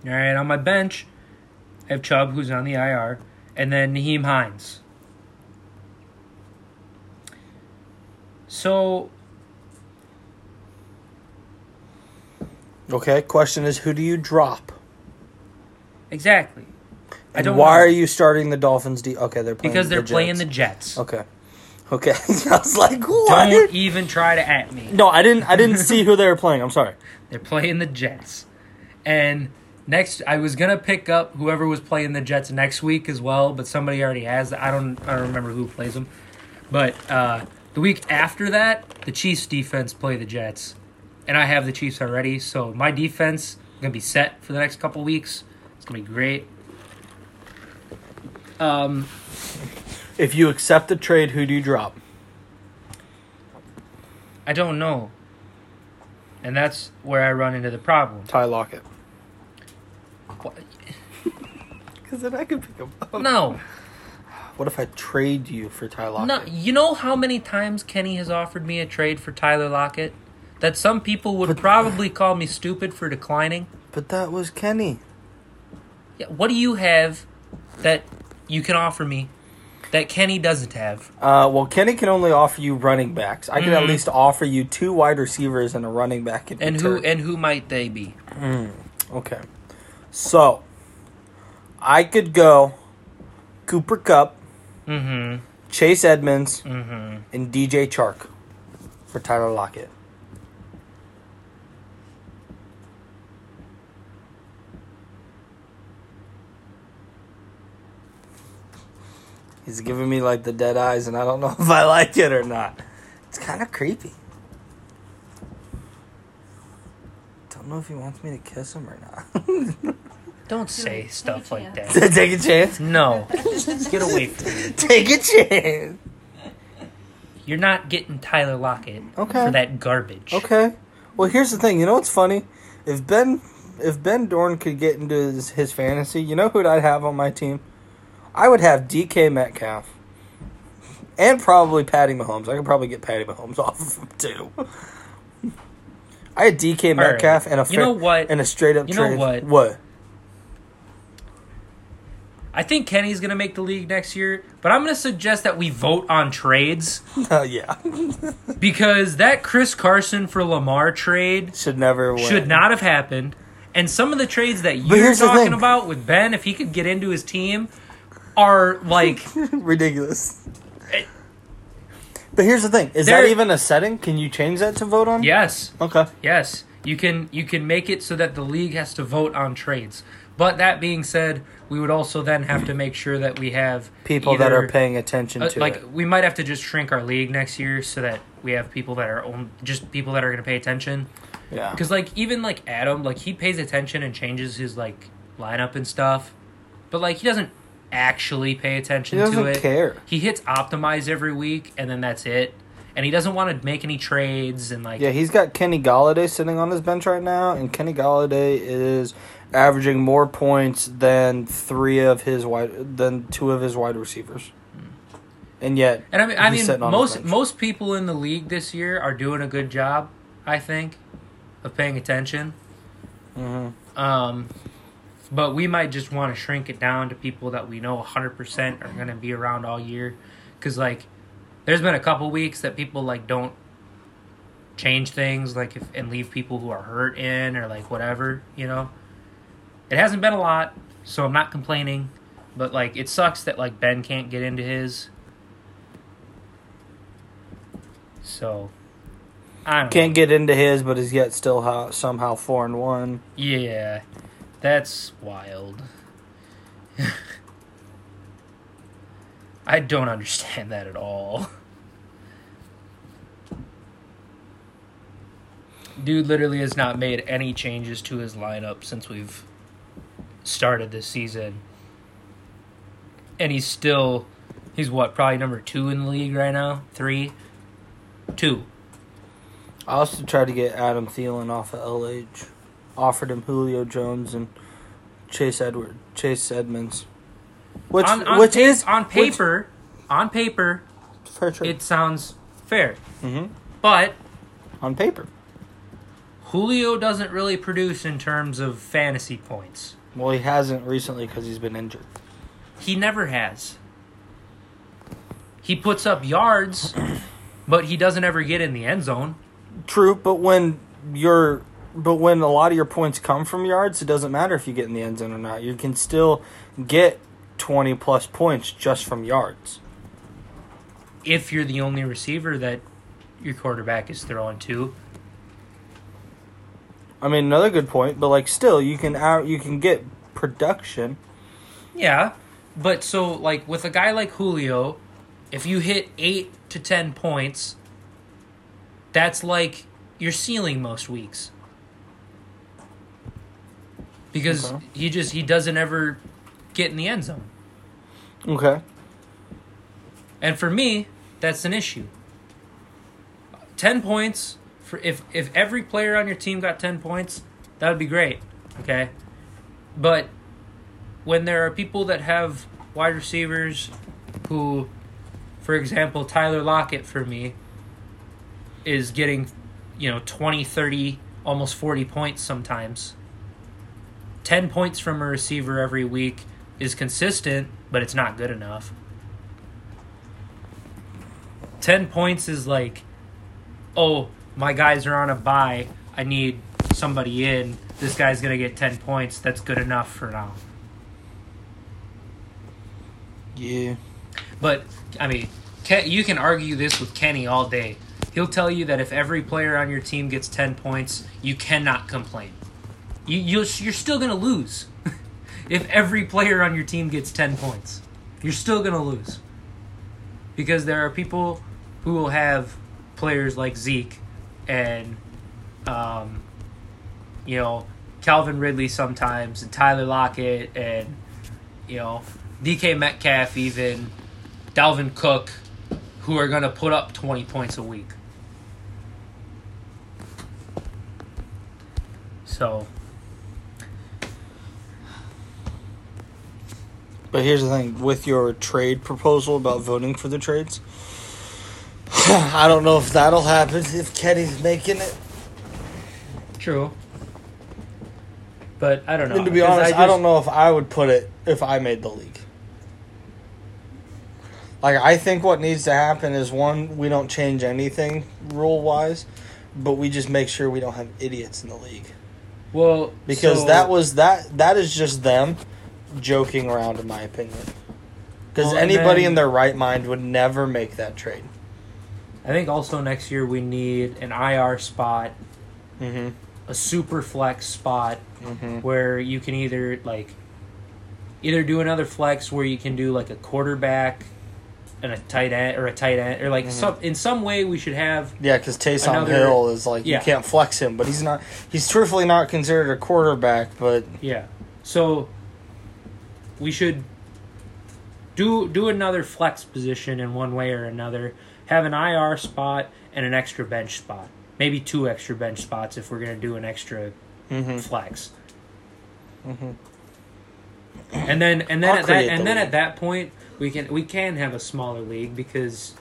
Speaker 3: All right, on my bench, I have Chubb, who's on the IR, and then Naheem Hines. So
Speaker 1: Okay. Question is, who do you drop?
Speaker 3: Exactly. I
Speaker 1: And
Speaker 3: don't
Speaker 1: why
Speaker 3: know.
Speaker 1: are you starting the Dolphins? D. Okay, they're playing
Speaker 3: because they're
Speaker 1: the
Speaker 3: playing the
Speaker 1: Jets.
Speaker 3: Jets.
Speaker 1: Okay. Okay. I was like, what?
Speaker 3: Don't e-, even try to at me.
Speaker 1: No, I didn't. I didn't see who they were playing. I'm sorry.
Speaker 3: They're playing the Jets. And next I was going to pick up whoever was playing the Jets next week as well, but somebody already has. I don't I don't remember who plays them. But uh the week after that, the Chiefs defense play the Jets. And I have the Chiefs already, so my defense is going to be set for the next couple weeks. It's going to be great. Um
Speaker 1: If you accept the trade, who do you drop?
Speaker 3: I don't know. And that's where I run into the problem.
Speaker 1: Ty Lockett.
Speaker 3: What?
Speaker 1: Because then I could pick him up.
Speaker 3: No,
Speaker 1: What if I trade you for Ty Lockett?
Speaker 3: no. You know how many times Kenny has offered me a trade for Tyler Lockett? That some people would probably call me stupid for declining.
Speaker 1: But that was Kenny.
Speaker 3: Yeah, What do you have that you can offer me that Kenny doesn't have?
Speaker 1: Uh, well, Kenny can only offer you running backs. I can
Speaker 3: Mhm.
Speaker 1: at least offer you two wide receivers and a running back. In
Speaker 3: And who
Speaker 1: return.
Speaker 3: and who might they be?
Speaker 1: okay, so I could go Cooper Cup,
Speaker 3: Mm-hmm.
Speaker 1: Chase Edmonds,
Speaker 3: Mm-hmm.
Speaker 1: and DJ Chark for Tyler Lockett. He's giving me like the dead eyes, and I don't know if I like it or not. It's kind of creepy. Don't know if he wants me to kiss him or not.
Speaker 3: Don't say stuff like that.
Speaker 1: Take a chance.
Speaker 3: No. Get away from me.
Speaker 1: Take a chance.
Speaker 3: You're not getting Tyler Lockett
Speaker 1: Okay.
Speaker 3: for that garbage.
Speaker 1: Okay. Well, here's the thing. You know what's funny? If Ben, if Ben Dorn could get into his, his fantasy, you know who I'd have on my team? I would have DK Metcalf, and probably Patty Mahomes. I could probably get Patty Mahomes off of him too. I had DK
Speaker 3: right.
Speaker 1: Metcalf and a
Speaker 3: You know
Speaker 1: fa-
Speaker 3: what?
Speaker 1: and a straight up
Speaker 3: You know
Speaker 1: trade.
Speaker 3: what?
Speaker 1: What?
Speaker 3: I think Kenny's going to make the league next year, but I'm going to suggest that we vote on trades
Speaker 1: Uh, yeah.
Speaker 3: because that Chris Carson for Lamar trade
Speaker 1: Should never. Win.
Speaker 3: should not have happened. And some of the trades that you're
Speaker 1: here's the
Speaker 3: talking
Speaker 1: thing.
Speaker 3: about with Ben, if he could get into his team, are like
Speaker 1: Ridiculous.
Speaker 3: It-
Speaker 1: But here's the thing: is
Speaker 3: There-
Speaker 1: that even a setting? Can you change that to vote on?
Speaker 3: yes,
Speaker 1: Okay.
Speaker 3: yes. You can you can make it so that the league has to vote on trades. But that being said, we would also then have to make sure that we have
Speaker 1: People that are
Speaker 3: either-
Speaker 1: paying attention
Speaker 3: Uh,
Speaker 1: to
Speaker 3: like
Speaker 1: it.
Speaker 3: we might have to just shrink our league next year so that we have people that are on, just people that are going to pay attention
Speaker 1: Yeah.
Speaker 3: because like even like adam like he pays attention and changes his like lineup and stuff but like he doesn't actually pay attention
Speaker 1: He doesn't
Speaker 3: to it
Speaker 1: care.
Speaker 3: he hits optimize every week and then that's it and he doesn't want to make any trades and like
Speaker 1: Yeah, he's got Kenny Galladay sitting on his bench right now, and Kenny Galladay is averaging more points than three of his wide than two of his wide receivers.
Speaker 3: Hmm.
Speaker 1: And yet,
Speaker 3: and i mean, I
Speaker 1: he's
Speaker 3: mean
Speaker 1: sitting on the
Speaker 3: most
Speaker 1: bench.
Speaker 3: most people in the league this year are doing a good job i think of paying attention
Speaker 1: Mhm.
Speaker 3: Um, but we might just want to shrink it down to people that we know 100% are going to be around all year. Because, like, there's been a couple weeks that people, like, don't change things, like, if, and leave people who are hurt in or, like, whatever, you know? It hasn't been a lot, so I'm not complaining. But, like, it sucks that, like, Ben can't get into his. So, I don't know.
Speaker 1: can't get into his, but is yet still ho- somehow four and one.
Speaker 3: Yeah, that's wild. I don't understand that at all. Dude literally has not made any changes to his lineup since we've started this season. And he's still, he's what, probably number two in the league right now? Three? Two.
Speaker 1: I also tried to get Adam Thielen off of LH, offered him Julio Jones and Chase Edward Chase Edmonds, which
Speaker 3: on, on
Speaker 1: which
Speaker 3: pa-
Speaker 1: is
Speaker 3: on
Speaker 1: which-
Speaker 3: paper, on paper,
Speaker 1: fair trade.
Speaker 3: it sounds fair.
Speaker 1: Mhm.
Speaker 3: But
Speaker 1: on paper.
Speaker 3: Julio doesn't really produce in terms of fantasy points.
Speaker 1: Well, he hasn't recently because he's been injured.
Speaker 3: He never has. He puts up yards, but he doesn't ever get in the end zone.
Speaker 1: True, but when your but when a lot of your points come from yards, it doesn't matter if you get in the end zone or not. You can still get twenty plus points just from yards.
Speaker 3: If you're the only receiver that your quarterback is throwing to,
Speaker 1: I mean, another good point, but like still, you can out you can get production.
Speaker 3: Yeah, but so like with a guy like Julio, if you hit eight to ten points, that's like your ceiling most weeks. Because
Speaker 1: Okay.
Speaker 3: he just he doesn't ever get in the end zone.
Speaker 1: Okay,
Speaker 3: And for me, that's an issue. 10 points for if if every player on your team got 10 points, that would be great, okay? But when there are people that have wide receivers who for example, Tyler Lockett for me is getting, you know, 20, 30, almost 40 points sometimes. 10 points from a receiver every week is consistent, but it's not good enough. 10 points is like, oh, my guys are on a bye. I need somebody in. This guy's going to get 10 points. That's good enough for now.
Speaker 1: yeah,
Speaker 3: But, I mean, Ke- you can argue this with Kenny all day. He'll tell you that if every player on your team gets 10 points, you cannot complain. You, you'll, you're still going to lose. if every player on your team gets 10 points, you're still going to lose. Because there are people who will have players like Zeke and, um, you know, Calvin Ridley sometimes, and Tyler Lockett, and you know DK Metcalf, even Dalvin Cook, who are going to put up twenty points a week. So
Speaker 1: But here's the thing with your trade proposal about voting for the trades. I don't know if that'll happen if Kenny's making it.
Speaker 3: true. But I don't know.
Speaker 1: and to be
Speaker 3: 'cause
Speaker 1: honest, I,
Speaker 3: just-
Speaker 1: don't know if I would put it if I made the league. Like I think what needs to happen is one, we don't change anything rule wise, but we just make sure we don't have idiots in the league.
Speaker 3: Well,
Speaker 1: because
Speaker 3: so-
Speaker 1: that was that that is just them joking around in my opinion because
Speaker 3: Well, and
Speaker 1: anybody
Speaker 3: then-
Speaker 1: in their right mind would never make that trade
Speaker 3: I think also next year we need an IR spot,
Speaker 1: mm-hmm
Speaker 3: a super flex spot
Speaker 1: mm-hmm
Speaker 3: where you can either like either do another flex where you can do like a quarterback and a tight end or a tight end or like
Speaker 1: Mhm.
Speaker 3: some in some way we should have
Speaker 1: yeah because Taysom
Speaker 3: Another-
Speaker 1: Hill is like
Speaker 3: yeah.
Speaker 1: you can't flex him but he's not he's truthfully not considered a quarterback but
Speaker 3: yeah. So we should do do another flex position in one way or another, have an IR spot and an extra bench spot. Maybe two extra bench spots if we're going to do an extra Mm-hmm,
Speaker 1: mhm
Speaker 3: flex. mm-hmm,
Speaker 1: mhm
Speaker 3: And then and then
Speaker 1: I'll
Speaker 3: at that
Speaker 1: create
Speaker 3: and
Speaker 1: the
Speaker 3: then
Speaker 1: league.
Speaker 3: at that point we can we can have a smaller league because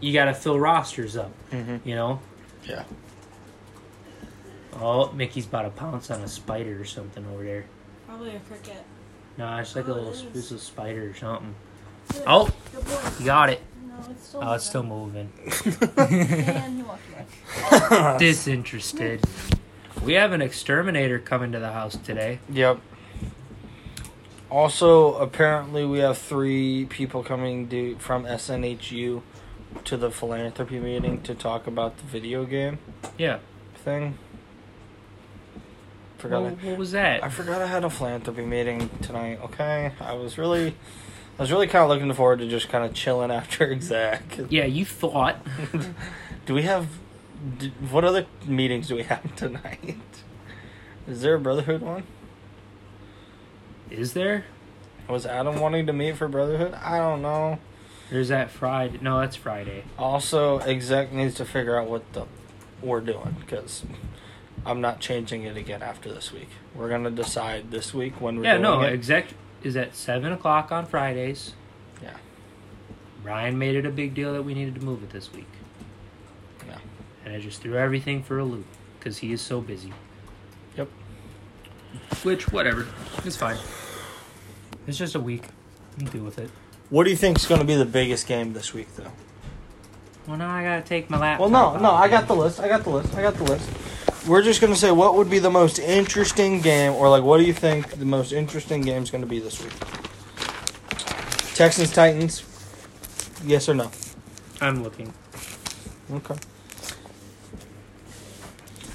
Speaker 3: you got to fill rosters up.
Speaker 1: mhm
Speaker 3: You know.
Speaker 1: yeah
Speaker 3: Oh, Mickey's about to pounce on a spider or something over there.
Speaker 4: Probably a cricket.
Speaker 3: No, it's like a
Speaker 4: Oh, it
Speaker 3: little,
Speaker 4: is.
Speaker 3: it's a spider or something.
Speaker 4: Good.
Speaker 3: Oh,
Speaker 4: Good boy.
Speaker 3: you got it.
Speaker 4: No, it's still.
Speaker 3: Oh, it's still moving.
Speaker 4: And you walked away.
Speaker 3: Disinterested. We have an exterminator coming to the house today.
Speaker 1: yep also apparently we have three people coming to from SNHU to the philanthropy meeting to talk about the video game
Speaker 3: Yeah.
Speaker 1: thing. Forgot
Speaker 3: Well,
Speaker 1: I-
Speaker 3: what was
Speaker 1: I
Speaker 3: that?
Speaker 1: forgot I had a philanthropy meeting tonight. Okay, I was really, I was really kind of looking forward to just kind of chilling after Zach.
Speaker 3: Yeah, you thought.
Speaker 1: Do we have? d what other meetings do we have tonight? Is there a Brotherhood one?
Speaker 3: Is there?
Speaker 1: Was Adam wanting to meet for Brotherhood? I don't know.
Speaker 3: Or is that Friday? No, that's Friday.
Speaker 1: Also, exec needs to figure out what the we're doing because I'm not changing it again after this week. We're gonna decide this week when we're
Speaker 3: yeah,
Speaker 1: doing
Speaker 3: no,
Speaker 1: it.
Speaker 3: exec is at 7 o'clock on Fridays.
Speaker 1: Yeah.
Speaker 3: Ryan made it a big deal that we needed to move it this week.
Speaker 1: Yeah.
Speaker 3: And I just threw everything for a loop because he is so busy.
Speaker 1: Yep.
Speaker 3: Which, whatever. It's fine. It's just a week. You can deal with it.
Speaker 1: What do you think's going to be the biggest game this week, though?
Speaker 3: Well, now I gotta take my laptop.
Speaker 1: Well, no,
Speaker 3: out
Speaker 1: no, I got the
Speaker 3: again.
Speaker 1: list. I got the list. I got the list. We're just going to say what would be the most interesting game, or like, what do you think the most interesting game's going to be this week? Texans Titans. Yes or no?
Speaker 3: I'm looking.
Speaker 1: Okay.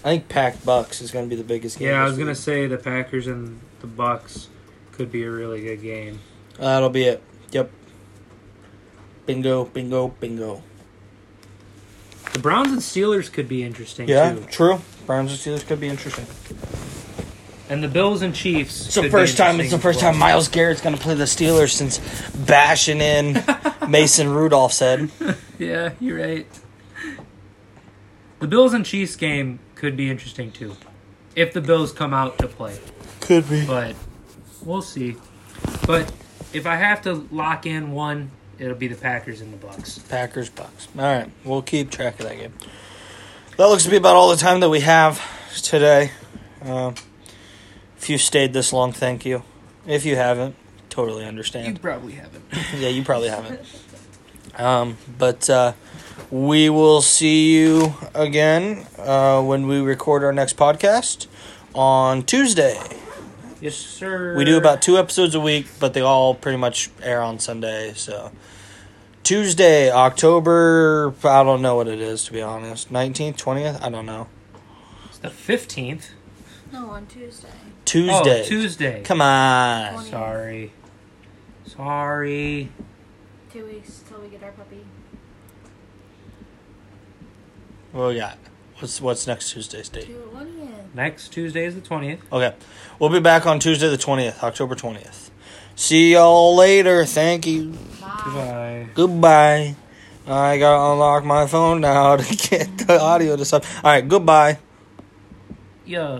Speaker 1: I think Pack Bucks is going to be the biggest game.
Speaker 3: Yeah, I
Speaker 1: this
Speaker 3: was gonna
Speaker 1: week.
Speaker 3: say the Packers and the Bucks could be a really good game.
Speaker 1: Uh, That'll be it. Yep. Bingo, bingo, bingo.
Speaker 3: The Browns and Steelers could be interesting
Speaker 1: yeah,
Speaker 3: too.
Speaker 1: true. Browns and Steelers could be interesting.
Speaker 3: And the Bills and Chiefs.
Speaker 1: It's the first time. It's the first time Miles Garrett's going to play the Steelers since bashing in Mason Rudolph said.
Speaker 3: Yeah, you're right. The Bills and Chiefs game could be interesting too, if the Bills come out to play.
Speaker 1: Could be.
Speaker 3: But we'll see. But if I have to lock in one, it'll be the Packers and the Bucks.
Speaker 1: Packers Bucks. All right, we'll keep track of that game. That looks to be about all the time that we have today. Um if you've stayed this long, thank you. If you haven't, totally understand.
Speaker 3: probably haven't.
Speaker 1: yeah, you probably haven't. Um, but uh, we will see you again uh, when we record our next podcast on Tuesday.
Speaker 3: Yes, sir.
Speaker 1: We do about two episodes a week, but they all pretty much air on Sunday. So Tuesday, October, I don't know what it is to be honest. 19th, 20th, I don't know.
Speaker 3: It's the fifteenth.
Speaker 4: No, on Tuesday.
Speaker 1: Tuesday.
Speaker 3: Oh, Tuesday.
Speaker 1: Come on.
Speaker 4: Twenty.
Speaker 3: Sorry. Sorry.
Speaker 4: Two weeks till we get our puppy.
Speaker 1: What we got? What's what's next Tuesday's date?
Speaker 4: Two twentieth.
Speaker 3: Next Tuesday is the 20th.
Speaker 1: Okay. We'll be back on Tuesday the 20th, October 20th. See y'all later. Thank you.
Speaker 2: Bye.
Speaker 3: Goodbye.
Speaker 1: Goodbye. I gotta unlock my phone now to get the audio to stop. All right, goodbye.
Speaker 3: Yeah.